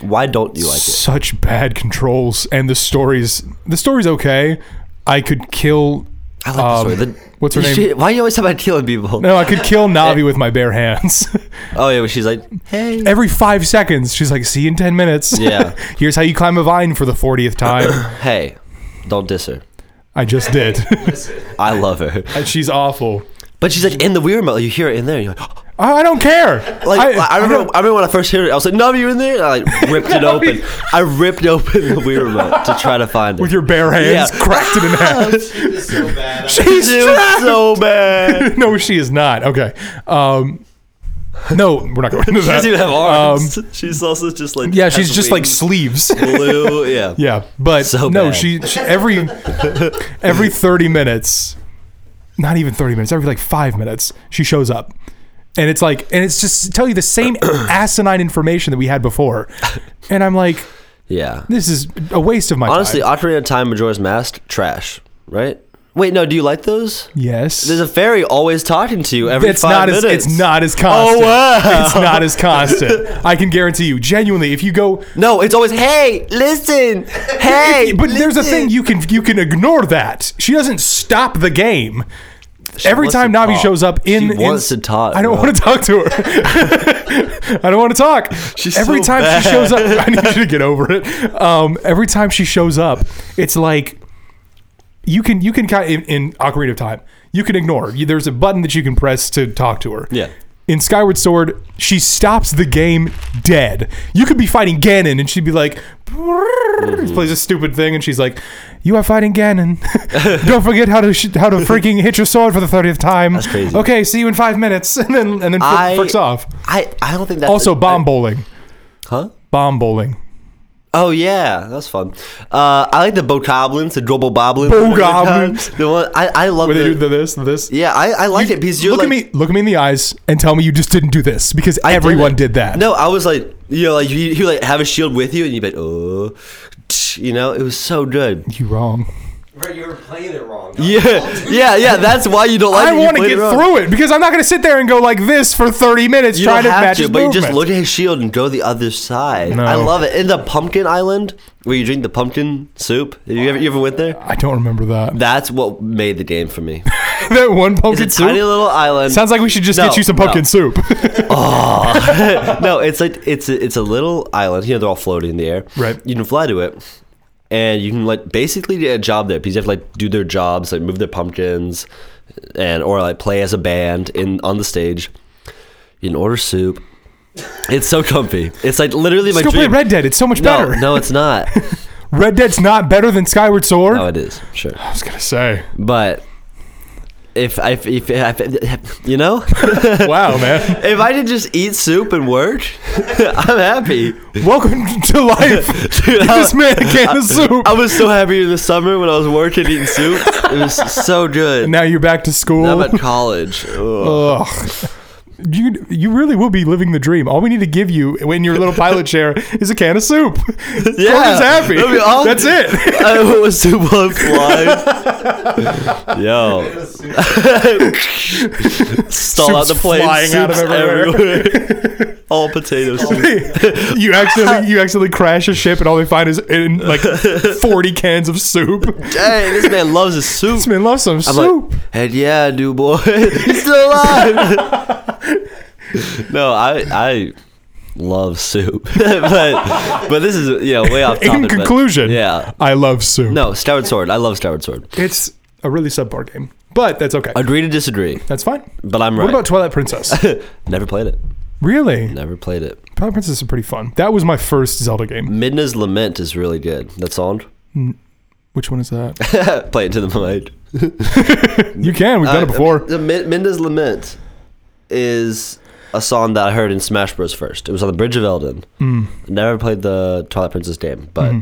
Why don't you like it?
Such bad controls, and the stories. The story's okay. I could kill.
I like the
Um,
story. The-
what's her
[LAUGHS]
name?
She- why you always talk about killing people?
No, I could [LAUGHS] kill Navi with my bare hands. [LAUGHS]
Oh yeah, well, she's like, hey.
Every five seconds, she's like, "See you in ten minutes."
Yeah.
[LAUGHS] Here's how you climb a vine for the fortieth
[LAUGHS]
time.
Hey, don't diss her.
I just did. [LAUGHS]
Listen,
I love her.
And she's awful.
But she's like in the weird mode. You hear it in there. You're like,
I, I don't care.
like I,
don't-
remember, I remember when I first heard it, I was like, "No, you're in there!" And I
[LAUGHS]
like, ripped it open. I ripped open the Wii remote to try to find it. [LAUGHS] Oh,
with your bare hands
Yeah.
cracked
[LAUGHS]
it in half.
she was so bad. I-
She's so
[LAUGHS]
bad.
no, she is not. Okay. Um, no, we're not going into
[LAUGHS] She
that. Um,
doesn't even have arms. [LAUGHS] she's also just like
Yeah,
has
she's just like
wings,
sleeves.
blue. [LAUGHS] Yeah,
[LAUGHS] yeah, but
So
no,
bad.
she, she every every thirty minutes, not even thirty minutes, every like five minutes, she shows up, and it's like, and it's just to tell you the
[CLEARS THROAT]
same asinine information that we had before, and I'm like,
yeah.
this is a waste of my
Honestly,
time.
Ocarina of Time, Majora's Mask, trash. Right? Wait, no. Do you like those?
yes,
There's a fairy always talking to you every
it's
five
not
minutes.
as it's not as constant.
Oh, wow.
It's not as
[LAUGHS]
constant. I can guarantee you, genuinely, if you go
No, it's always hey,
[LAUGHS]
listen, hey.
but there's a
listen."
thing you can you can ignore that. She doesn't stop the game. Every
wants
time
to
Navi
talk.
shows up in,
She
in-
wants to talk,
I don't
bro.
want to talk to
[LAUGHS]
her. [LAUGHS] I don't want to talk.
She's
every
so
time she
bad.
shows up, I need
[LAUGHS]
you to get over it. Um, every time she shows up, it's like you can you can kind in, in Ocarina of Time, you can ignore. her. You, there's a button that you can press to talk to her.
Yeah.
In Skyward Sword, she stops the game dead. You could be fighting Ganon, and she'd be like,
Mm-hmm.
plays a stupid thing, and she's like, "You are fighting Ganon. [LAUGHS] Don't forget how to sh- how to freaking hit your sword for the thirtieth time. That's
crazy.
Okay, see you in five minutes, [LAUGHS] and then and then fr-
I-
fricks off.
I I don't think that's
Also,
a-
bomb bowling,
Huh?
bomb bowling,
Oh yeah, that's fun. Uh, I like the bokoblins, the drobo boblins.
Bogoblins.
The one I, I love.
where they
The,
do the this, the this.
yeah, I, I like it because you're
look
like
at me, look at me in the eyes, and tell me you just didn't do this because
I
everyone
it.
did that.
No, I was like, you know, like you, you like have a shield with you, and you'd be like, oh, tch, you know, it was so
[LAUGHS]
good.
you wrong.
Right, you were playing it wrong. dog. [LAUGHS]
Yeah, yeah, yeah. That's why you don't like.
I
it. You
want to
played
get
it wrong.
through it because I'm not going to sit there and go like this for 30 minutes
You
trying
don't
to
have
match
to,
his
but you just
movements.
look at his shield and go the other side.
No.
I love it. In the pumpkin island where you drink the pumpkin soup. You ever, you ever went there?
I don't remember that.
That's what made the game
[LAUGHS]
for me.
that one
It's
pumpkin
a
soup.
tiny little island.
Sounds like we should just
No,
get you some pumpkin
no. [LAUGHS]
soup.
no, it's like it's a, it's a little island. You know, they're all floating in the air.
Right.
You can fly to it, and you can like basically get a job there because you have to like do their jobs, like move their pumpkins, and or like play as a band in on the stage. You can order soup. It's so comfy. It's like literally my
Let's go play
dream.
Red Dead. It's so much
no,
better.
no, it's
[LAUGHS]
not.
Red Dead's not better than Skyward Sword.
No, it is sure,
I was going to say.
but. If I, if, if, if you know, [LAUGHS]
Wow, man.
if I could just eat soup and work, [LAUGHS] I'm happy.
Welcome to life.
[LAUGHS] Dude, I-
[LAUGHS] this man a can of soup.
I was so happy this summer when I was working eating soup. It was so good.
now you're back to school.
Now I'm at college. Ugh.
Ugh. You, you really will be living the dream. All we need to give you in your little pilot
[LAUGHS]
chair is a can of soup.
Yeah.
Everyone's happy.
That'd be awesome.
That's it.
[LAUGHS] I was soup on fly.
[LAUGHS]
It
Yo, [LAUGHS]
was super-
stall out
Soup's
the plane.
flying out of
soup's
everywhere. [LAUGHS]
everywhere. All potato soup.
you
[LAUGHS]
accidentally you accidentally crash a ship and all they find is in like 40 cans of soup.
Hey, this man loves his soup.
This man loves some
I'm
soup.
like, heck yeah, dude, [LAUGHS] boy. He's still alive. no, I, I, love soup, [LAUGHS] but but this is you know way off. Topic,
In
but-
conclusion,
yeah,
I love soup.
no, Skyward Sword. I love Skyward Sword.
It's a really subpar game, but that's okay.
Agree to disagree,
that's fine.
but I'm right.
What about Twilight
[LAUGHS]
Princess?
Never played it.
really?
Never played it.
Twilight Princess is pretty fun. That was my first Zelda game.
Midna's Lament is really good. That song. [LAUGHS]
Which one is that?
Play it to the mic.
You can. We've done it
Uh,
before.
The Min- Minda's Lament is a song that I heard in Smash Bros. first. It was on the Bridge of Elden.
Mm.
Never played the Twilight Princess game, but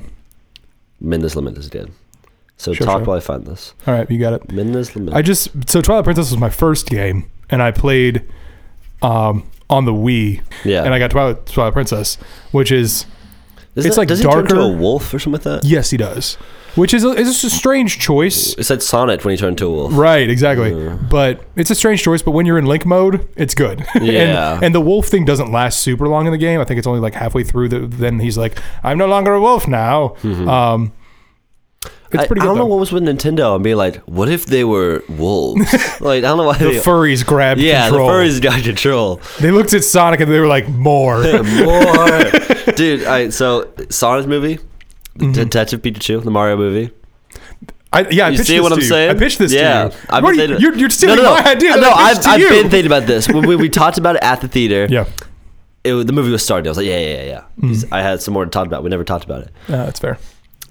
Minda's Lament is good. So
Mm-hmm. Sure,
talk
sure.
while I find this.
All right, you got it.
Minda's Lament.
I just so Twilight Princess was my first game, and I played um, on the Wii,
yeah.
and I got Twilight, Twilight Princess, which is
Isn't
it's
that-
like
does he turn
darker-
into a wolf or something like that?
yes, he does, which is a, is just a strange choice.
It's like Sonic when he turned into a wolf.
Right, exactly. But it's a strange choice. But when you're in Link mode, it's good. [LAUGHS]
Yeah.
and, and the wolf thing doesn't last super long in the game. I think it's only like halfway through. The, then he's like, "I'm no longer a wolf now." Um, it's
Mm-hmm. I,
pretty
I
good.
don't know
though.
what was with Nintendo and being like, what if they were wolves?
[LAUGHS]
like I don't know why
the
they,
furries grabbed
yeah,
control.
the furries got control.
They looked at Sonic and they were like, "More."
[LAUGHS]
[LAUGHS]
More, dude. All right, so Sonic movie, the Detective Pikachu, the Mario movie.
I, yeah, Mm-hmm. I
You
pitched
see
this
what
to
I'm
you.
saying?
I pitched this
yeah.
to you.
I've
What
been
are you
thinking-
you're, you're stealing
no, no, no.
my idea.
No,
that I
I've,
pitched to
I've
you.
been thinking about this. When we, we talked about it at the theater,
Yeah, Mm.
it, was- the movie was starting. I was like, yeah, yeah, yeah. yeah. I had some more to talk about. We never talked about it.
uh, that's fair.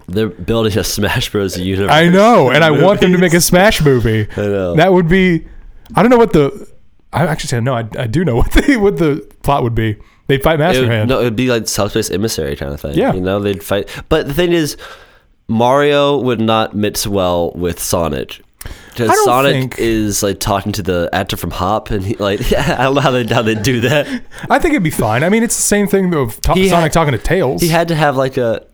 They're building a [LAUGHS] Smash Bros. universe.
I know,
[LAUGHS]
and I want them to make a Smash movie.
I know.
That would be. I don't know what the. I actually I know. I, I do know [LAUGHS] what the what the plot would be. They would fight
It
Master
would-
Hand.
No, it'd be like subspace emissary kind of thing.
Yeah.
you know, they'd fight. But the thing is, Mario would not mix well with Sonic.
I
Because
don't
Sonic
think-
is like talking to the actor from Hop, and he like [LAUGHS] I don't know how they how they do that.
I think it'd be fine. I mean, it's the same thing of to-
He
Sonic
had-
talking to Tails.
He had to have like a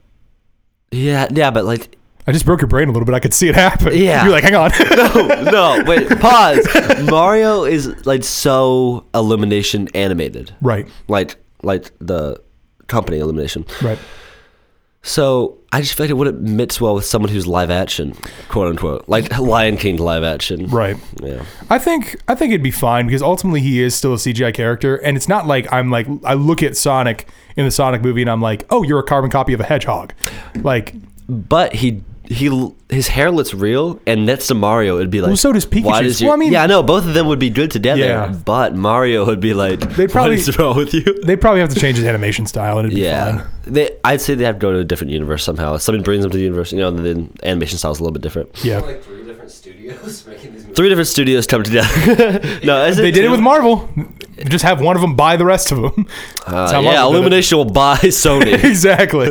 yeah yeah, but like [LAUGHS]
I just broke your brain a little bit. I could see it happen. [LAUGHS]
Yeah.
You're like, hang
[LAUGHS]
on.
oh, no wait pause. Mario is like so Illumination animated,
right.
like like the company Illumination.
Right.
So I just feel like it wouldn't mix well with someone who's live action, quote unquote, like [LAUGHS] Lion King live action.
Right.
Yeah.
I think I think it'd be fine because ultimately he is still a CGI character, and it's not like I'm like I look at Sonic in the Sonic movie and I'm like, oh, you're a carbon copy of a hedgehog, like
But he he his hair looks real, and next to Mario, it'd be like.
Well, so does
Why
Pikachu's.
does you,
Well, I mean-
yeah, I know both of them would be good together.
Yeah.
But Mario would be like,
They'd probably-
what is wrong
[LAUGHS]
with you?
they probably have to change his animation style and it'd be
Yeah,
fine.
they, I'd say they have to go to a different universe somehow. Somebody brings them to the universe, you know, and then the animation style's a little bit different.
Yeah,
Like three different studios [LAUGHS] making these movies.
Three different studios come together. [LAUGHS] no, Uh, is
they did it
two?
with Marvel. Just have one of them buy the rest of them.
Uh,
That's how Marvel
yeah,
did it.
Illumination will buy [LAUGHS]
[LAUGHS]
Sony. [LAUGHS]
exactly.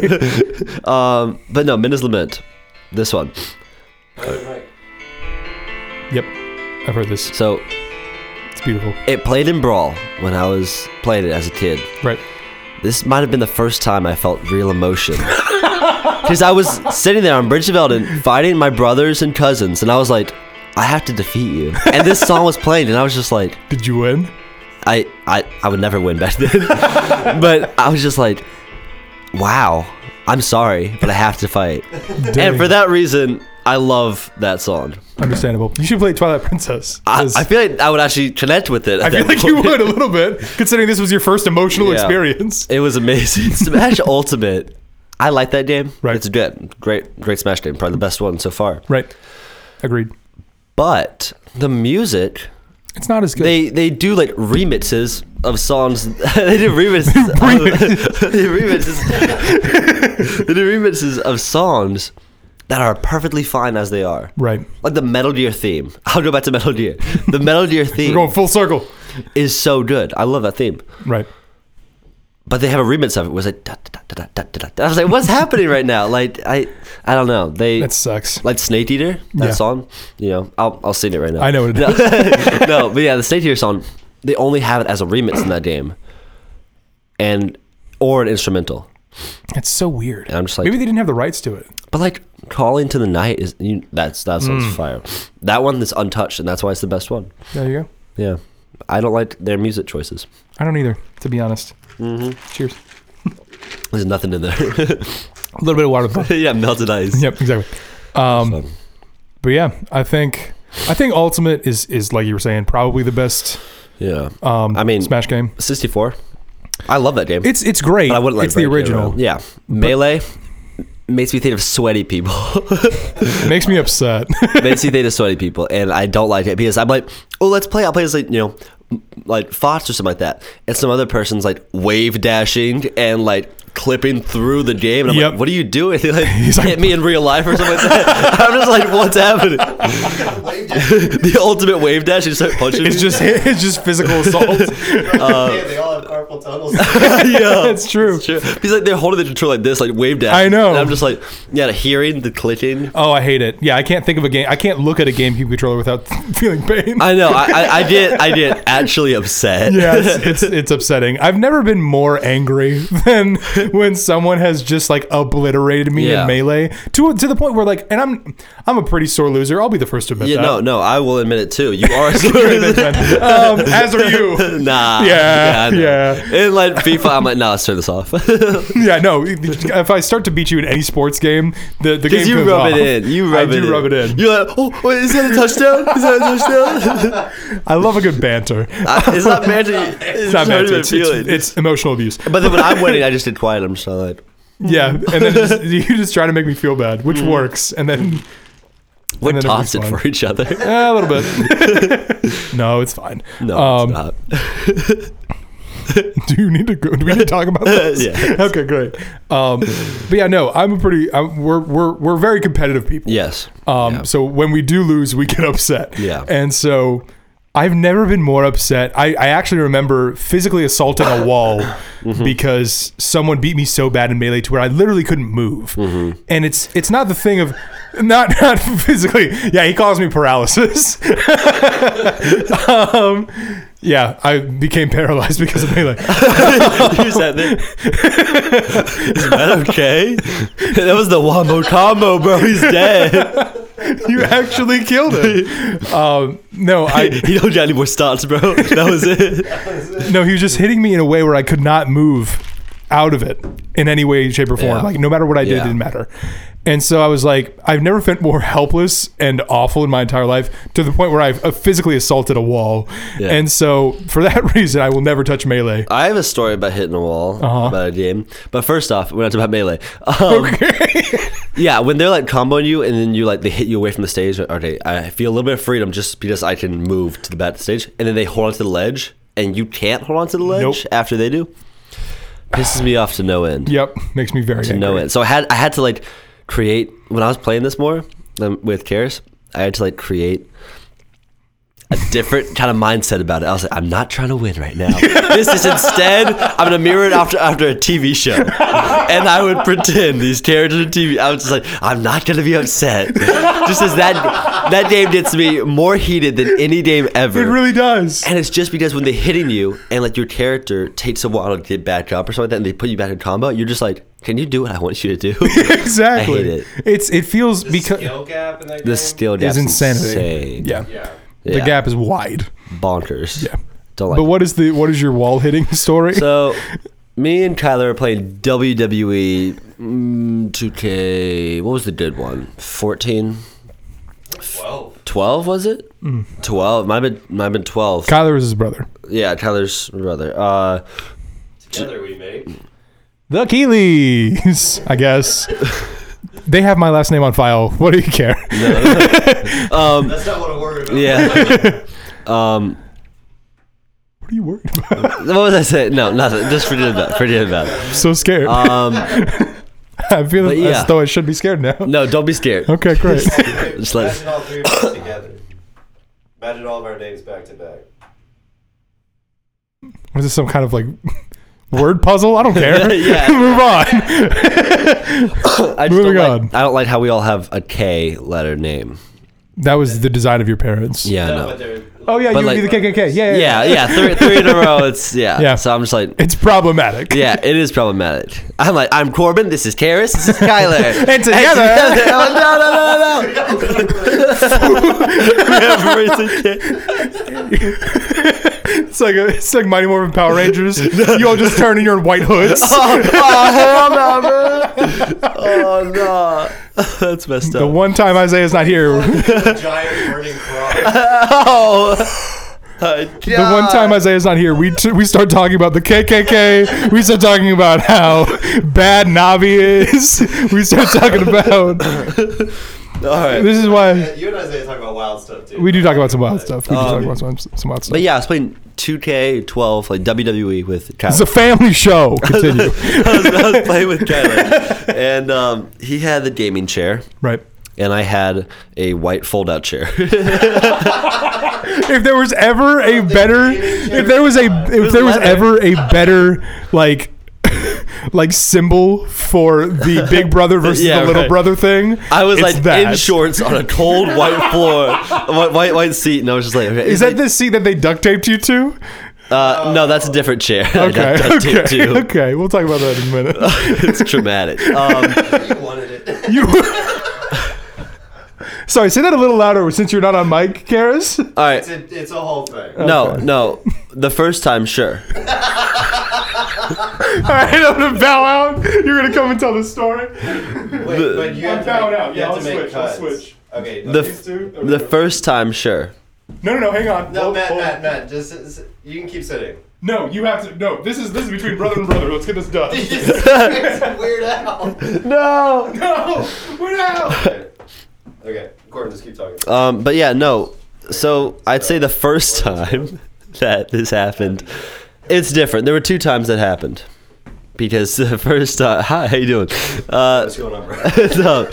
Um, but no, Minna's Lament. This one.
Right.
yep, I've heard this.
So
It's beautiful.
it played in Brawl when I was playing it as a kid.
Right.
This might have been the first time I felt
[LAUGHS]
real emotion. Because I was sitting there on Bridge of Elden fighting my brothers and cousins, and I was like, I have to defeat you. And this song was playing, and I was just like,
Did you win?
I, I, I would never win back
[LAUGHS]
then. but I was just like, wow, I'm sorry, but I have to fight. And
Dang.
for that reason, I love that song.
Understandable. You should play Twilight Princess.
I,
'cause
I feel like I would actually connect with it. at
I feel
that
like you
point.
would a little bit, considering this was your first emotional
Yeah.
experience.
It was amazing. [LAUGHS] Smash Ultimate. I like that game.
Right.
It's good. Great, great Smash game. Probably the best one so far.
Right. Agreed.
But the music,
It's not as good.
they they do like remixes of songs. [LAUGHS] they do remixes.
[LAUGHS]
of, [LAUGHS] they do remixes. they do remixes of songs that are perfectly fine as they are.
right.
Like the Metal Gear theme. I'll go back to Metal Gear. The
[LAUGHS]
Metal Gear
We're
theme
going full circle.
is so good. I love that theme.
Right.
but they have a remix of it. it was like da, da, da, da, da, da, da. I was like, what's happening right now? Like I I don't know. They
That sucks.
like Snake Eater that
Yeah.
song. You know, I'll I'll sing it right now.
I know what it
no, [LAUGHS] no, but yeah, the Snake Eater song. They only have it as a remix in that game, and or an instrumental.
It's so weird.
And I'm just like,
Maybe they didn't have the rights to it.
but like Calling to the Night is you, that's that
Hmm.
song's fire. That one is untouched, and that's why it's the best one.
There you go.
Yeah, I don't like their music choices.
I don't either, to be honest.
Mm-hmm.
Cheers.
There's nothing in there. [LAUGHS]
A little bit of water. bubble.
yeah, melted ice.
yep, exactly. Um, but yeah, I think I think Ultimate is is like you were saying, probably the best
Yeah.
um,
I mean,
Smash game.
64. I love that game.
It's it's great.
I wouldn't like
it's the
Breakout
original.
Room. Yeah, melee makes me think of sweaty people. [LAUGHS]
It makes me upset.
makes me think of sweaty people, and I don't like it because I'm like, oh, let's play. I'll play as like you know, m- like Fox or something like that, and some other person's like wave dashing and like clipping through the game, and I'm
Yep.
like, what are you doing? [LAUGHS] They
[LAUGHS]
like
like-
hit me in real life or something like that. [LAUGHS] I'm just like, what's happening? [LAUGHS]
Wave dash.
the ultimate wave dash is start punching.
it's
me.
just it's just [LAUGHS] physical assault.
Uh,
[LAUGHS] yeah, they all have carpal
[LAUGHS]
[LAUGHS]
tunnels.
yeah.
That's true.
Sure. He's like they're holding the controller like this, like wave dash.
I know.
And I'm just like, yeah, the hearing, the clicking.
Oh, I hate it. Yeah, I can't think of a game. I can't look at a GameCube controller without [LAUGHS] feeling pain.
I know. I, I, I get I get actually
[LAUGHS]
upset.
yeah, it's, it's it's upsetting. I've never been more angry [LAUGHS]
[LAUGHS]
than when someone has just like obliterated me
Yeah.
in melee to to the point where like, and I'm I'm a pretty sore loser. I'll be the first to admit
[LAUGHS] Yeah,
that.
no, no, I will admit it too. You
[LAUGHS]
are
um, as are
[LAUGHS]
you.
nah.
Yeah,
I know.
yeah.
And like FIFA, I'm like, nah, let's turn this off.
[LAUGHS]
[LAUGHS]
Yeah, no. If I start to beat you in any sports game, the the game
Because you
comes
rub
off.
it in. You
[LAUGHS] I
rub it
do
in.
rub it in.
You're like, oh, wait, is that a touchdown? Is that
[LAUGHS]
a touchdown?
I love a good banter.
[LAUGHS] I- it's not magic. It's,
It's not
not
banter.
even
It's, it's,
feeling.
it's emotional abuse.
but then when I'm winning, I just did quiet. I'm just like,
[LAUGHS] Yeah, and then just, [LAUGHS] you just try to make me feel bad, which
Mm.
works, and then
we're
then it'll be
tossing
fun.
for each other. [LAUGHS]
eh, a little bit. no, it's fine.
No,
Um,
it's not.
[LAUGHS] do you need to go? Do we need to talk
[LAUGHS]
about this? [LAUGHS]
Yes.
Okay, great. Um, but yeah, no, I'm a pretty. I'm, we're we're we're very competitive people.
Yes.
Um, [LAUGHS]
Yeah.
So when we do lose, we get [LAUGHS] upset.
Yeah.
And so I've never been more upset. I, I actually remember physically assaulting
[LAUGHS]
a wall
Mm-hmm.
because someone beat me so bad in melee to where I literally couldn't move.
Mm-hmm.
And it's it's not the thing of not [LAUGHS] not physically. Yeah, he calls me paralysis. [LAUGHS] um, yeah, I became paralyzed [LAUGHS] because of melee.
you said that. [LAUGHS] Is that okay? [LAUGHS] That was the wombo combo, bro.
[LAUGHS]
He's dead. [LAUGHS]
You actually killed him. Um, no, I
He don't got any more starts, bro. [LAUGHS] That was it.
No, he was just hitting me in a way where I could not move out of it in any way, shape, or form.
Yeah.
Like no matter what I did,
Yeah.
it didn't matter. And so I was like, I've never felt more helpless and awful in my entire life to the point where I've uh, physically assaulted a wall.
Yeah.
And so for that [LAUGHS] reason, I will never touch melee.
I have a story about hitting a wall
Uh-huh.
about a game. But first off, we're not talking about melee. Um,
[LAUGHS]
[LAUGHS] yeah, when they're like comboing you and then you like they hit you away from the stage. Okay, I feel a little bit of freedom just because I can move to the back of the stage, and then they hold onto the ledge, and you can't hold onto the ledge
Nope.
after they do. Pisses me off to no end.
Yep, makes me very angry.
know it. So I had I had to like create when I was playing this more um, with Karis, I had to like create a different kind of mindset about it. I was like, I'm not trying to win right
[LAUGHS]
now. this is instead I'm gonna mirror it after after a TV show, and I would pretend these characters on TV. I was just like, I'm not gonna be upset. Just as that that game gets me more heated than any game ever.
It really does.
And it's just because when they're hitting you and like your character takes a while to get back up or something like that, and they put you back in combo, you're just like, can you do what I want you to do?
[LAUGHS]
[LAUGHS]
exactly.
I hate it.
It's it feels because
skill gap in that game.
The skill
is
gap's
insanity.
insane.
Yeah.
Yeah.
the
Yeah.
gap is wide.
bonkers.
Yeah.
don't like.
But what is the what is your wall hitting [LAUGHS] story?
it. So, me and Kyler are playing WWE mm, 2K. What was the good one? 14,
Twelve.
12 was it?
Mm.
12. Might have been, might have been 12.
Kyler is his brother.
yeah, Kyler's brother. Uh,
Together we make.
The Keeleys, I guess. they have my last name on file. What do you care?
That's not what I'm worried about.
Um,
[LAUGHS]
yeah.
What are you worried about?
what was I saying? No, nothing. Just forget about it. Forget about it.
I'm so scared. [LAUGHS] I feel
Um, but yeah.
as though I should be scared now.
No, don't be scared.
Okay,
[LAUGHS]
great.
Just let-
Imagine all three
[COUGHS]
of us together. Imagine all of our names back to back.
Was this some kind of like word puzzle? I don't care. [LAUGHS]
[LAUGHS] Yeah.
Move on.
I just
Moving
don't
on.
Like, I don't like how we all have a K letter name.
That was the design of your parents.
Yeah,
No,
no.
but they're-
Oh yeah,
But
you would
like-
be the KKK. Yeah, yeah. yeah.
Yeah, yeah. Three, three in a row. It's
[LAUGHS]
yeah.
Yeah.
So I'm just like,
It's problematic.
yeah, it is problematic. I'm like, I'm Corbin. This is Karis. This is Kyler.
[LAUGHS] And together-
[LAUGHS] oh, no, no, no, no.
[LAUGHS]
We have raised a K.
It's like a, it's like Mighty Morphin Power
[LAUGHS]
Rangers. you all just turn in your white hoods.
Oh, oh, hell no, bro. Oh no, [LAUGHS] that's messed
the
up.
one time Isaiah's not here,
giant burning cross.
Oh,
The one time Isaiah's not here, we t- we start talking about the KKK. We start talking about how bad Navi is. We start talking about
All right.
this is why
You and Isaiah talk about wild stuff too.
we do talk about some wild stuff. We do talk about some, some wild stuff.
But yeah, I was playing 2K12, like WWE with Kyle.
It's a family show. Continue.
[LAUGHS] I, was, I was playing with Kyler, [LAUGHS] and um, he had the gaming chair,
right.
and I had a white fold-out [LAUGHS] chair.
If there was ever a better, if there was a, if there was ever a better like. [LAUGHS] Like symbol for the big brother versus
[LAUGHS] Yeah,
the little
right.
brother thing.
I was
it's
like in shorts on a cold white floor, [LAUGHS] white, white white seat, and I was just like, okay,
Is that the seat that they duct taped you to?
Uh, no, that's a different chair. [LAUGHS]
Okay,
That- that
okay,
tape too.
okay. We'll talk about that in a
[LAUGHS]
minute.
it's traumatic. [LAUGHS]
[LAUGHS]
Um,
You wanted it.
You. Sorry, say that a little louder since you're not on mic, Karis. [LAUGHS]
all right,
It's a, it's a whole thing.
no, no, the first time, sure.
All right, I'm gonna bow out. You're gonna come and tell the story.
Wait, but you have to
bowing
make,
out.
You
Yeah, I'll
have to make
switch, I'll
cuts.
switch.
Okay.
The,
okay.
f- the first time, sure.
No, no, no. Hang on.
no,
Hold-
Matt,
hold.
Matt, Matt. Just s- you can keep
[LAUGHS]
sitting.
No, you have to. No, this is this is between brother and brother. Let's get this
[LAUGHS]
done.
it's
[LAUGHS]
weird out.
No.
[LAUGHS] no, we're
[LAUGHS]
out.
Okay. okay, Gordon, just keep talking.
Um, but yeah, no. So I'd say the first [LAUGHS] time that this happened, it's different. There were two times that happened because the first time. [LAUGHS] Hi, how you doing? Uh,
What's going
[LAUGHS]
on, bro?
no.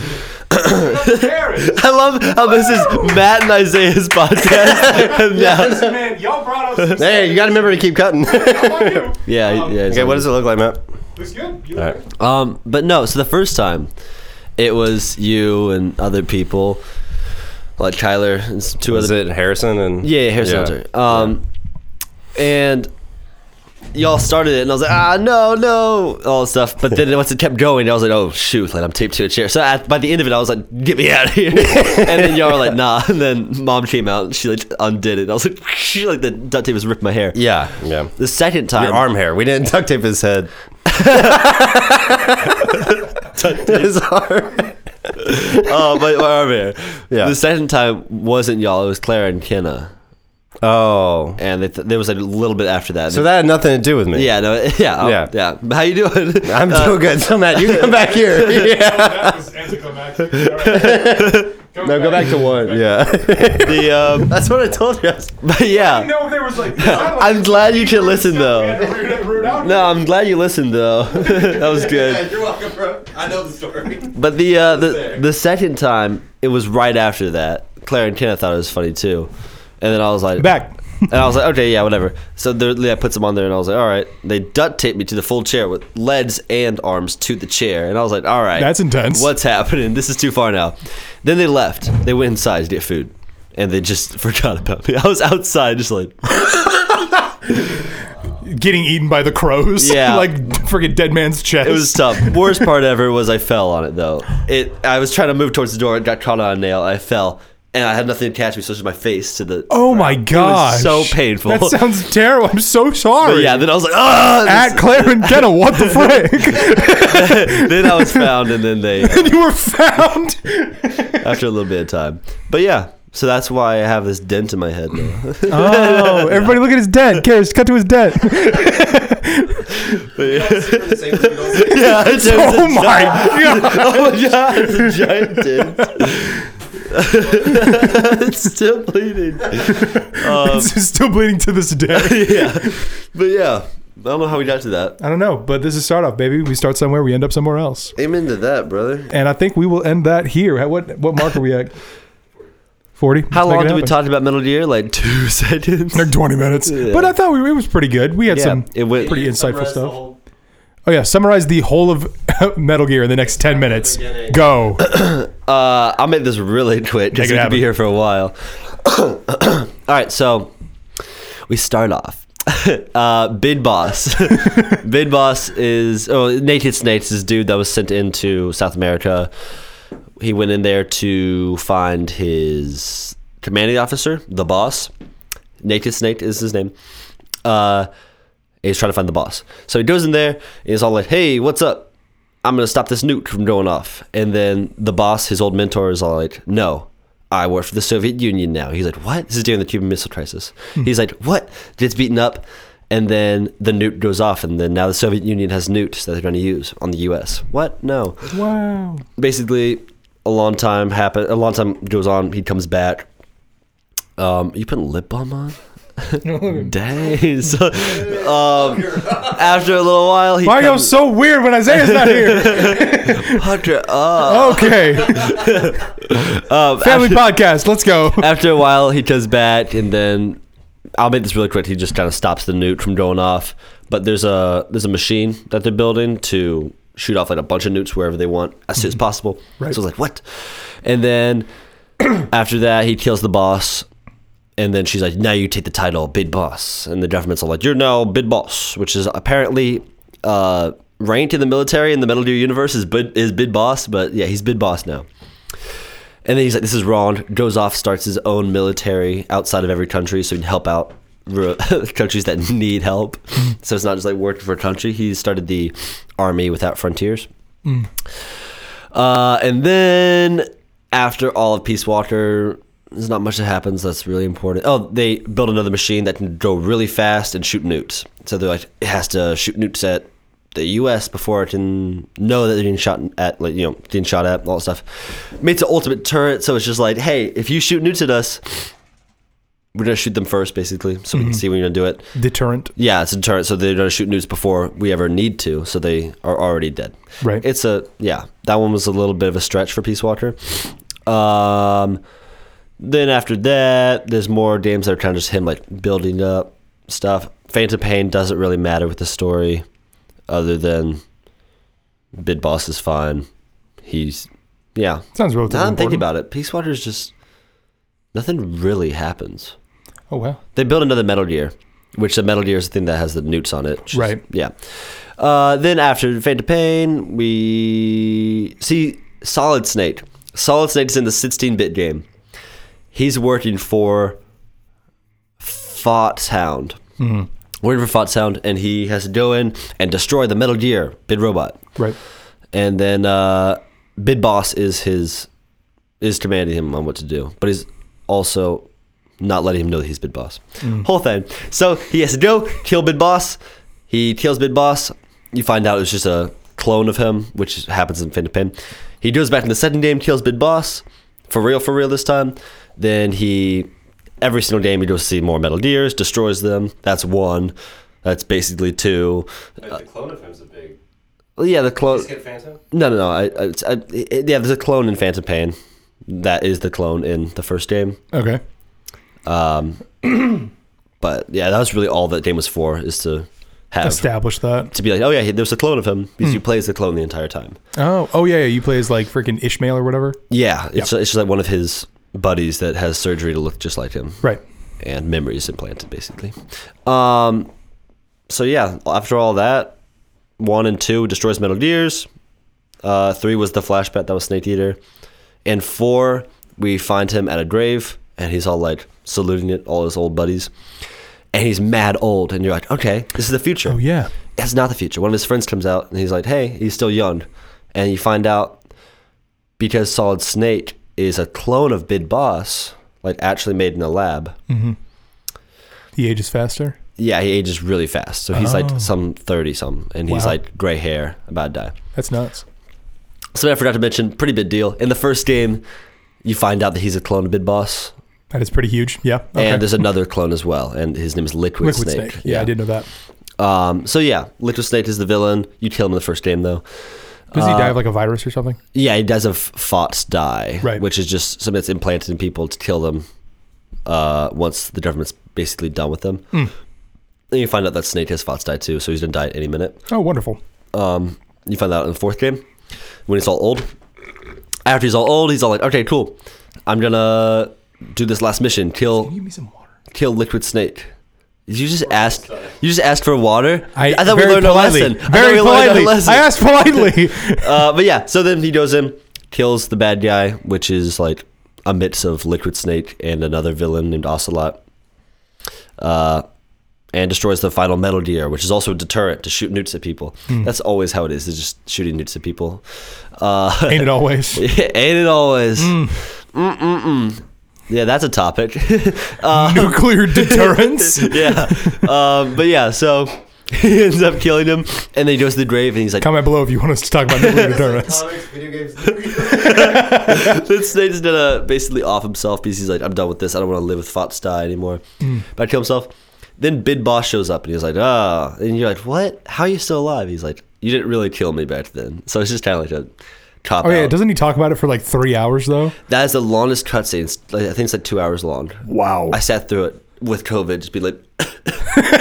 [LAUGHS]
Karis,
I love how this is Matt and Isaiah's podcast. [LAUGHS] and now-
man, y'all brought us.
Hey, you gotta remember to
[LAUGHS]
keep cutting.
you.
[LAUGHS] yeah, yeah. it's
Um, what
on
is
you.
it look like, Matt?
Looks good. You
All right.
Um, but no, so the first time, it was you and other people, like Kyler and s- two
Was
other.
it Harrison and?
Yeah, hair shelter. Um, and y'all started it, and I was like, ah, no, no, all this stuff. But then once it kept going, I was like, oh shoot, like I'm taped to a chair. So at, by the end of it, I was like, get me [LAUGHS] out of here. and then y'all were like, nah. And then mom came out, and she like undid it. I was like, [LAUGHS] like the duct tape was ripped my hair.
Yeah.
Yeah.
The second time,
Your arm hair. We didn't duct tape his head.
[LAUGHS]
[LAUGHS]
his arm. oh, my, my arm hair.
Yeah.
The second time wasn't y'all. It was Clara and Kenna,
Oh.
and they th- there was like, a little bit after that.
So that had nothing to do with me.
yeah, no, [LAUGHS] yeah, um,
Yeah.
yeah. But How you doing? Uh,
I'm
[LAUGHS]
doing good. So Matt, [LAUGHS] you come back here. yeah.
That was anticlimactic. All right.
[LAUGHS]
Go
No, go back to one. [LAUGHS] Yeah.
the
[LAUGHS]
um,
That's what I told you.
but [LAUGHS] yeah,
No, there was
[LAUGHS]
like.
I'm glad you can listen
We had
though.
to root- root out.
No, I'm glad you listened though. [LAUGHS] that was
Yeah,
good.
you're welcome, bro. I know the story.
But the uh, the the second time, it was right after that. Claire and Kenna thought it was funny too, and then I was like,
back.
And I was like, okay, yeah, whatever. So there, yeah, I put some on there, and I was like, all right. They duct taped me to the full chair with legs and arms to the chair, and I was like, all right,
That's intense.
What's happening? This is too far now. Then they left. They went inside to get food, and they just [LAUGHS] forgot about me. I was outside, just like,
Getting eaten by the crows.
Yeah.
[LAUGHS] like freaking dead man's chest.
it was tough. Worst part ever was I fell on it though. It, I was trying to move towards the door, it got caught on a nail. I fell, and I had nothing to catch me, so it was my face to the.
Oh my god.
so painful.
That sounds terrible. I'm so
[LAUGHS] But
sorry.
yeah, then I was like, ah. [LAUGHS]
At Claire and Kenna, what the frick? [LAUGHS]
then I was found, and then they.
and you were found.
after a little bit of time. But yeah, so that's why I have this dent in my
[LAUGHS]
head now. [LAUGHS]
Oh, everybody look at his dent. Karis, cut to his dent.
yeah, it's
oh my god.
[LAUGHS] oh my god, it's a giant dent. [LAUGHS] it's still bleeding. [LAUGHS]
this is still bleeding to this day.
Um, Yeah, but yeah, I don't know how we got to that.
I don't know, but this is start off, baby. We start somewhere, we end up somewhere else.
Amen to that, brother.
And I think we will end that here. What what mark are we at? 40.
How long did we talk about Metal Gear? Like two [LAUGHS] seconds.
[LAUGHS] Like 20 minutes.
Yeah.
But I thought we, it was pretty good. We had
Yeah,
some
it went-
pretty
You
insightful
summarized the
stuff.
whole-
Oh yeah, summarize the whole of [LAUGHS] Metal Gear in the next 10 minutes.
Beginning.
Go.
Uh, I'll make this really [LAUGHS] quick
Make
because
it
we could
happen.
be here for a while. [COUGHS] All right, so we start off. [LAUGHS] uh,
[LAUGHS]
Bid Boss. Bid Boss is oh Naked Snakes is dude that was sent into South America. He went in there to find his commanding officer, the boss. Naked Snake is his name. Uh, he's trying to find the boss. So he goes in there. And he's all like, "Hey, what's up? I'm gonna stop this nuke from going off." And then the boss, his old mentor, is all like, "No, I work for the Soviet Union now. He's like, what? This is during the Cuban Missile Crisis. He's like, what? Gets beaten up, and then the newt goes off, and then now the Soviet Union has newts that they're going to use on the U.S. What? No.
Wow.
Basically, a long time happen. A long time goes on. He comes back. Um, you putting lip balm on? Dang. [LAUGHS] So, um, after a little while, he
Mario's
comes,
so weird when Isaiah's not
[LAUGHS]
here.
Hunter, uh, [LAUGHS]
Okay. Family podcast. Let's
[LAUGHS]
go. [LAUGHS]
after a while, he comes back, and then I'll make this really quick. He just kind of stops the newt from going off. But there's a there's a machine that they're building to shoot off like a bunch of newts wherever they want as soon as possible.
Right.
So I was like, what? And then [CLEARS THROAT] after that, he kills the boss. And then she's like, now you take the title, Big Boss. And the government's all like, you're now Big Boss, which is apparently uh, ranked in the military in the Metal Gear universe is Bid, is Bid Boss. But yeah, he's Bid Boss now. And then he's like, "This is wrong." Goes off, starts his own military outside of every country, so he can help out ru- [LAUGHS] countries that need help. so it's not just like working for a country. He started the Army Without Frontiers. Uh, and then after all of Peace Walker, there's not much that happens that's really important. Oh, they build another machine that can go really fast and shoot newts. So they're like, it has to shoot newts at the U.S. before it can know that they're getting shot at, like you know, getting shot at, all that stuff. Makes an ultimate turret, so it's just like, hey, if you shoot newts at us, we're gonna shoot them first, basically, so we can see when you're gonna do it.
Deterrent.
Yeah, it's a turret, so they're gonna shoot newts before we ever need to, so they are already dead.
Right.
It's a yeah. That one was a little bit of a stretch for Peace Walker. Um, then after that, there's more games that are kind of just him like building up stuff. Phantom Pain doesn't really matter with the story, other than Bid Boss is fine. He's yeah.
Sounds relatively
Now I'm
important.
thinking about it, Peace Walker is just nothing really happens.
Oh, wow.
They built another Metal Gear, which the Metal Gear is the thing that has the newts on it. which is-
Right.
yeah. Uh, then after Phantom Pain, we see Solid Snake. Solid Snake's in the 16-bit game. He's working for Foxhound. Working for Foxhound, and he has to go in and destroy the Metal Gear Bid Robot.
Right.
And then uh, Bid Boss is his is commanding him on what to do, but he's also not letting him know that he's Bid Boss. Whole thing. So he has to go kill Bid Boss. He kills Bid Boss. You find out it was just a clone of him, which is- happens in Pin. He goes back in the second game, kills Bid Boss for real, for real this time. Then he every single game he goes to see more Metal Gears, destroys them. That's one. That's basically two.
Like the clone of him's a big.
Well, Yeah, the clone.
Let's get Phantom.
No, no, no. I, I, it's- I, it- yeah, there's a clone in Phantom Pain. That is the clone in the first game.
Okay.
But yeah, that was really all that game was for is to have
Establish that.
to be like, oh yeah, he- there's a clone of him because you play as the clone the entire time.
Oh, oh yeah, yeah. You play as like freaking Ishmael or whatever.
Yeah, it's it's just like one of his buddies that has surgery to look just like him
Right.
and memories implanted basically. Um, so yeah, after all that, one and two destroys Metal Gears. Uh, three was the flashback that was Snake Eater, and four we find him at a grave and he's all like saluting it all his old buddies, and he's mad old and you're like, okay, this is the future.
Oh yeah.
That's not the future. One of his friends comes out and he's like, hey, he's still young, and you find out because Solid Snake is a clone of Bid Boss, like actually made in a lab
The age is faster.
yeah, he ages really fast. So he's
Oh.
like some thirty some, and he's
Wow.
like gray hair, about to die.
That's nuts.
Something I forgot to mention, pretty big deal. In the first game, you find out that he's a clone of Bid Boss,
That is pretty huge. Yeah. Okay.
and there's another clone as well, and his name is Liquid,
Liquid
Snake.
Snake. Yeah, I did know that.
Um, so yeah, Liquid Snake is the villain. You kill him in the first game though.
Does he die of like
Uh,
a virus or something?
Yeah, he does have thoughts die,
Right.
which is just something that's implanted in people to kill them uh, once the government's basically done with them.
Hmm.
And you find out that Snake has thoughts die too, so he's gonna die at any minute.
Oh, wonderful.
um, you find that out in the fourth game when he's all old. After he's all old, he's all like, "Okay, cool. I'm gonna do this last mission. Kill,
Give me some water.
kill Liquid Snake." You just asked. You just asked for water.
I,
thought we
very
learned
politely,
a lesson. I thought
Very
we learned
politely.
a lesson.
I asked
[LAUGHS]
politely.
Uh, but yeah, so then he goes in, kills the bad guy, which is like a mix of Liquid Snake and another villain named Ocelot, uh, and destroys the final Metal Gear, which is also a deterrent to shoot newts at people. That's always how it is. It's just shooting newts at people. Uh, [LAUGHS]
Ain't it always?
ain't it always? Yeah, that's a topic. [LAUGHS]
[LAUGHS]
Uh,
Nuclear deterrence.
yeah. Um, but yeah, so [LAUGHS] he ends up killing him, and they goes to the grave, and he's like,
Comment below if you want us to talk about nuclear
[LAUGHS]
deterrence.
Comics, video games.
Then Snape's gonna basically off himself because he's like, I'm done with this. I don't want to live with Fatstai anymore. But kill himself. Then Bid Boss shows up and he's like, ah. And you're like, what? How are you still alive? He's like, you didn't really kill me back then. So it's just kind of like a cop
Oh yeah,
out.
doesn't he talk about it for like three hours though?
that is the longest cutscene. It's Like, I think it's like two hours long.
Wow.
I sat through it with COVID, just be like, [LAUGHS]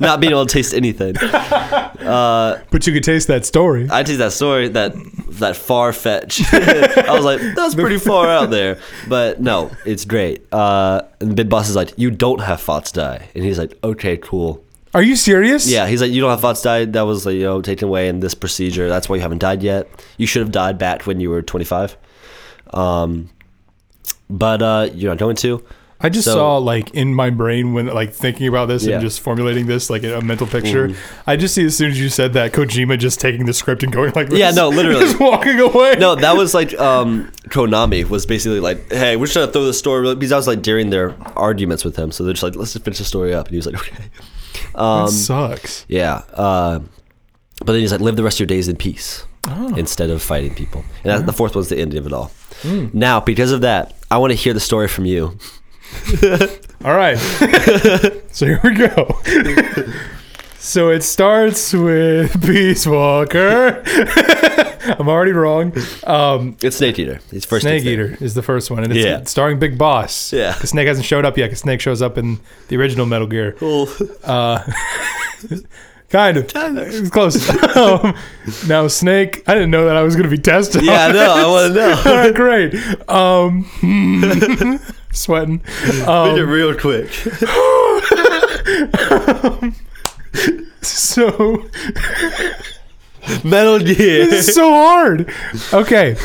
not being able to taste anything.
But you could taste that story.
I take that story that that far fetch. I was like, that's pretty far out there, but no, it's great. Uh, and Big Boss is like, you don't have thoughts die, and he's like, okay, cool.
Are you serious?
Yeah, he's like, you don't have thoughts die. That was like, you know taken away in this procedure. That's why you haven't died yet. You should have died back when you were 25. Um, but uh, you're not going to.
I just
So-
saw like in my brain when like thinking about this
Yeah. Mm.
and just formulating this like a mental picture. I just see as soon as you said that Kojima just taking the script and going like this. [LAUGHS]
Yeah, no, literally.
just walking away.
No, that was like um, Konami was basically like, "Hey, we're just gonna throw the story." really-" Because I was like during their arguments with him, so they're just like, "Let's just finish the story up," and he was like, [LAUGHS] "Okay." um,
That sucks.
Yeah. Uh, but then he's like, live the rest of your days in peace
Oh.
instead of fighting people. And that, the fourth one's the ending of it all.
Hmm.
Now, because of that, I want to hear the story from you.
All right, so here we go. [LAUGHS] so it starts with Peace Walker. [LAUGHS] I'm already wrong. Um,
It's Snake Eater. It's first
Snake
instinct.
Eater is the first one, and it's
Yeah.
starring Big Boss.
Yeah.
'Cause Snake hasn't showed up yet. Because Snake shows up in the original Metal Gear.
Cool.
Kind of. It was close. um, now, Snake, I didn't know that I was going to be tested.
[LAUGHS] Yeah, I know. I want to know.
[LAUGHS] All right, great. Um, hmm. [LAUGHS] sweating. Um,
Make it
[LAUGHS]
real quick.
so,
Metal Gear.
this is so hard. Okay.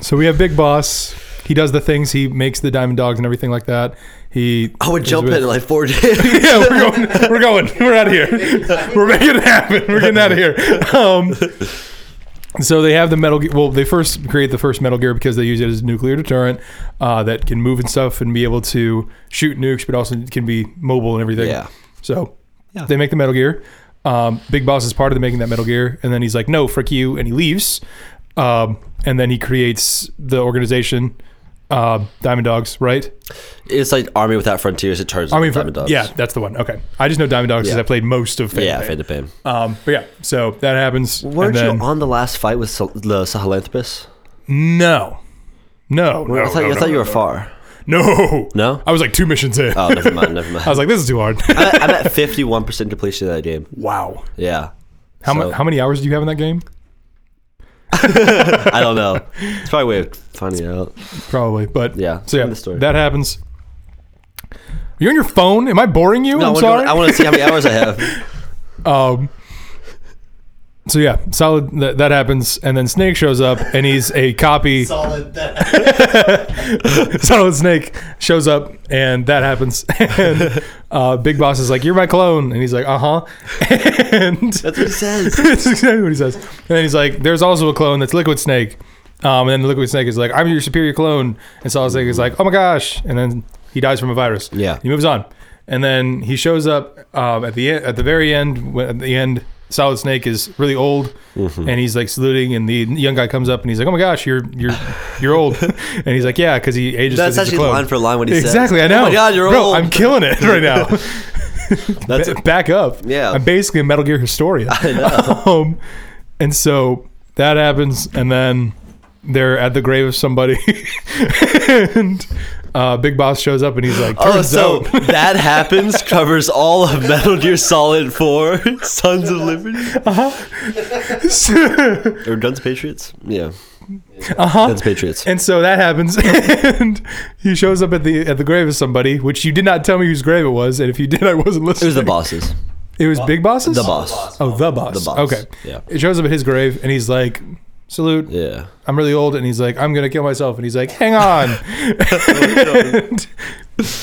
So, we have Big Boss. He does the things. He makes the Diamond Dogs and everything like that. He.
I would
is
jump
with-
in like four
[LAUGHS]
days.
yeah, we're going. We're going. We're out of here. We're making it happen. We're getting out of here. Um, so they have the metal. Ge- Well, they first create the first Metal Gear because they use it as a nuclear deterrent uh, that can move and stuff and be able to shoot nukes, but also can be mobile and everything.
Yeah.
So they make the Metal Gear. Um, Big Boss is part of the making that Metal Gear, and then he's like, "No, frick you," and he leaves. Um, and then he creates the organization, uh, Diamond Dogs, right?
[LAUGHS] it's like Army Without Frontiers. It turns
Army
into Diamond Dogs.
Yeah, that's the one. Okay, I just know Diamond Dogs because
Yeah.
I played most of. Fan
Yeah,
Bay.
Fade to Fame.
Um, but yeah, so that happens.
Weren't
and then,
you on the last fight with Sol- the Sahelanthropus?
No, no, Oh, no,
I thought,
no,
I
no,
thought you were far.
no.
No?
I was like two missions in.
Oh, never mind. Never mind.
[LAUGHS] I was like, this is too hard.
[LAUGHS] I- I'm at 51% completion of that game.
wow.
Yeah.
[LAUGHS] How, mu-
So-
how many hours do you have in that game?
I don't know. It's probably a way of finding out.
Probably, but
Yeah,
So yeah,
end the story.
that happens. You're on your phone. Am I boring you?
No, I
I'm
wanna-
sorry.
I want to see how many hours I have.
Um, so yeah, solid. That, that happens, and then Snake shows up, and he's a copy.
Solid that.
[LAUGHS] Solid Snake shows up, and that happens. [LAUGHS] And uh, Big Boss is like, "You're my clone," and he's like, "Uh huh." [LAUGHS] And
That's what he says.
[LAUGHS] that's exactly what he says. And then he's like, "There's also a clone that's Liquid Snake." Um, and then the Liquid Snake is like, "I'm your superior clone," and Solid Snake is like, "Oh my gosh!" And then he dies from a virus.
Yeah.
he moves on, and then he shows up um, at the e- at the very end. When, at the end, Solid Snake is really old,
Mm-hmm.
and he's like saluting, and the young guy comes up and he's like, "Oh my gosh, you're you're you're
[LAUGHS]
old," and he's like, "Yeah, because he ages."
That's
'cause he's a
actually
clone."
line for line what he says.
Exactly, I know.
Oh my God, you're
Bro,
old.
I'm killing it [LAUGHS] right
[LAUGHS]
now.
That's
Ba- back up.
Yeah.
I'm basically a Metal Gear
[LAUGHS]
historian. I know. [LAUGHS] um, and so that happens, and then they're at the grave of somebody, [LAUGHS] and uh, Big Boss shows up, and he's like,
Oh,
"Turns
so
out."
that happens covers all of Metal Gear Solid 4, [LAUGHS] Sons of Liberty, or Guns Patriots. Yeah,
uh-huh.
Guns
[LAUGHS]
Patriots.
And so that happens, [LAUGHS] and he shows up at the at the grave of somebody, which you did not tell me whose grave it was, and if you did, I wasn't
It
listening.
was the bosses.
It was Big Boss's.
The boss.
Oh, the boss.
The boss.
Okay.
Yeah.
It shows up at his grave, and he's like, "Salute."
Yeah.
I'm really old, and he's like, I'm gonna kill myself, and he's like, hang
[LAUGHS]
on, And-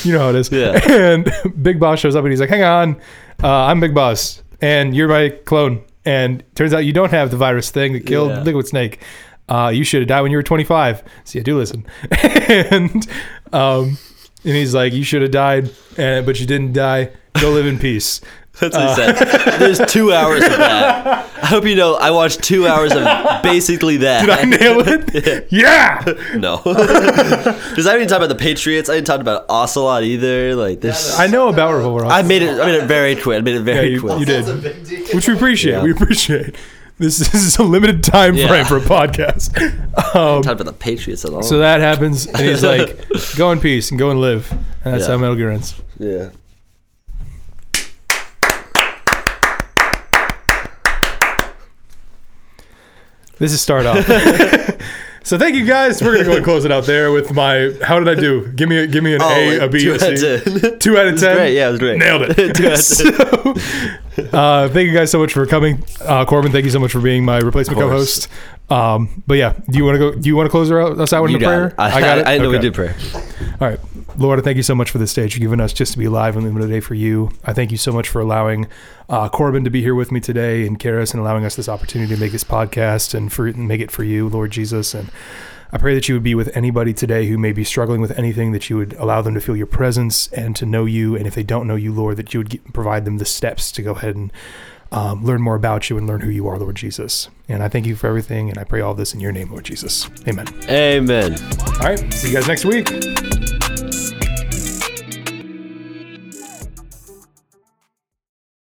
you know how it is.
Yeah.
And Big Boss shows up, and he's like, hang on, uh, I'm Big Boss, and you're my clone, and turns out you don't have the virus thing that killed
Yeah.
Liquid Snake. uh, you should have died when you were 25. See, I do listen. [LAUGHS] and um, and he's like, you should have died, and, but you didn't die. Go live in peace. [LAUGHS]
That's what he said. There's two hours of that. I hope you know I watched two hours of basically that.
Did I nail it?
[LAUGHS]
yeah.
No. Because I didn't talk about the Patriots. I didn't talk about Ocelot either. Like this.
I know about Revolver.
I made it. I made it very quick. I made it very
Yeah, you-
quick.
you did.
That's a big deal.
which we appreciate.
Yeah.
We appreciate. This, this is a limited time
Yeah.
frame for a podcast. Um,
Talked about the Patriots at
[LAUGHS]
all.
so that happens, and [LAUGHS] he's like, "Go in peace and go and live." And that's
Yeah.
how Metal Gear ends.
yeah.
This is start off. [LAUGHS] so thank you guys. We're gonna go and close it out there with my. How did I do? Give me a, give me an A, a B,
Oh, two
a C.
out
[LAUGHS]
of ten.
Two out of ten.
great. Yeah, it was great.
Nailed
[LAUGHS]
it.
Two out of [LAUGHS]
So, uh, thank you guys so much for coming, uh, Corbin. Thank you so much for being my replacement
Of
co-host.
course.
Um, but yeah, do you want to go? Do you want to close us out with
You
a
got
prayer?
it. I, I, [LAUGHS] I know we
Okay.
did prayer.
All right. Lord, I thank you so much for this stage you've given us just to be live and limited day for you. I thank you so much for allowing uh, Corbin to be here with me today and Karis and allowing us this opportunity to make this podcast and for and make it for you, Lord Jesus. And I pray that you would be with anybody today who may be struggling with anything, that you would allow them to feel your presence and to know you. And if they don't know you, Lord, that you would get, provide them the steps to go ahead and um, learn more about you and learn who you are, Lord Jesus. And I thank you for everything. And I pray all this in your name, Lord Jesus. Amen.
Amen.
All right. See you guys next week.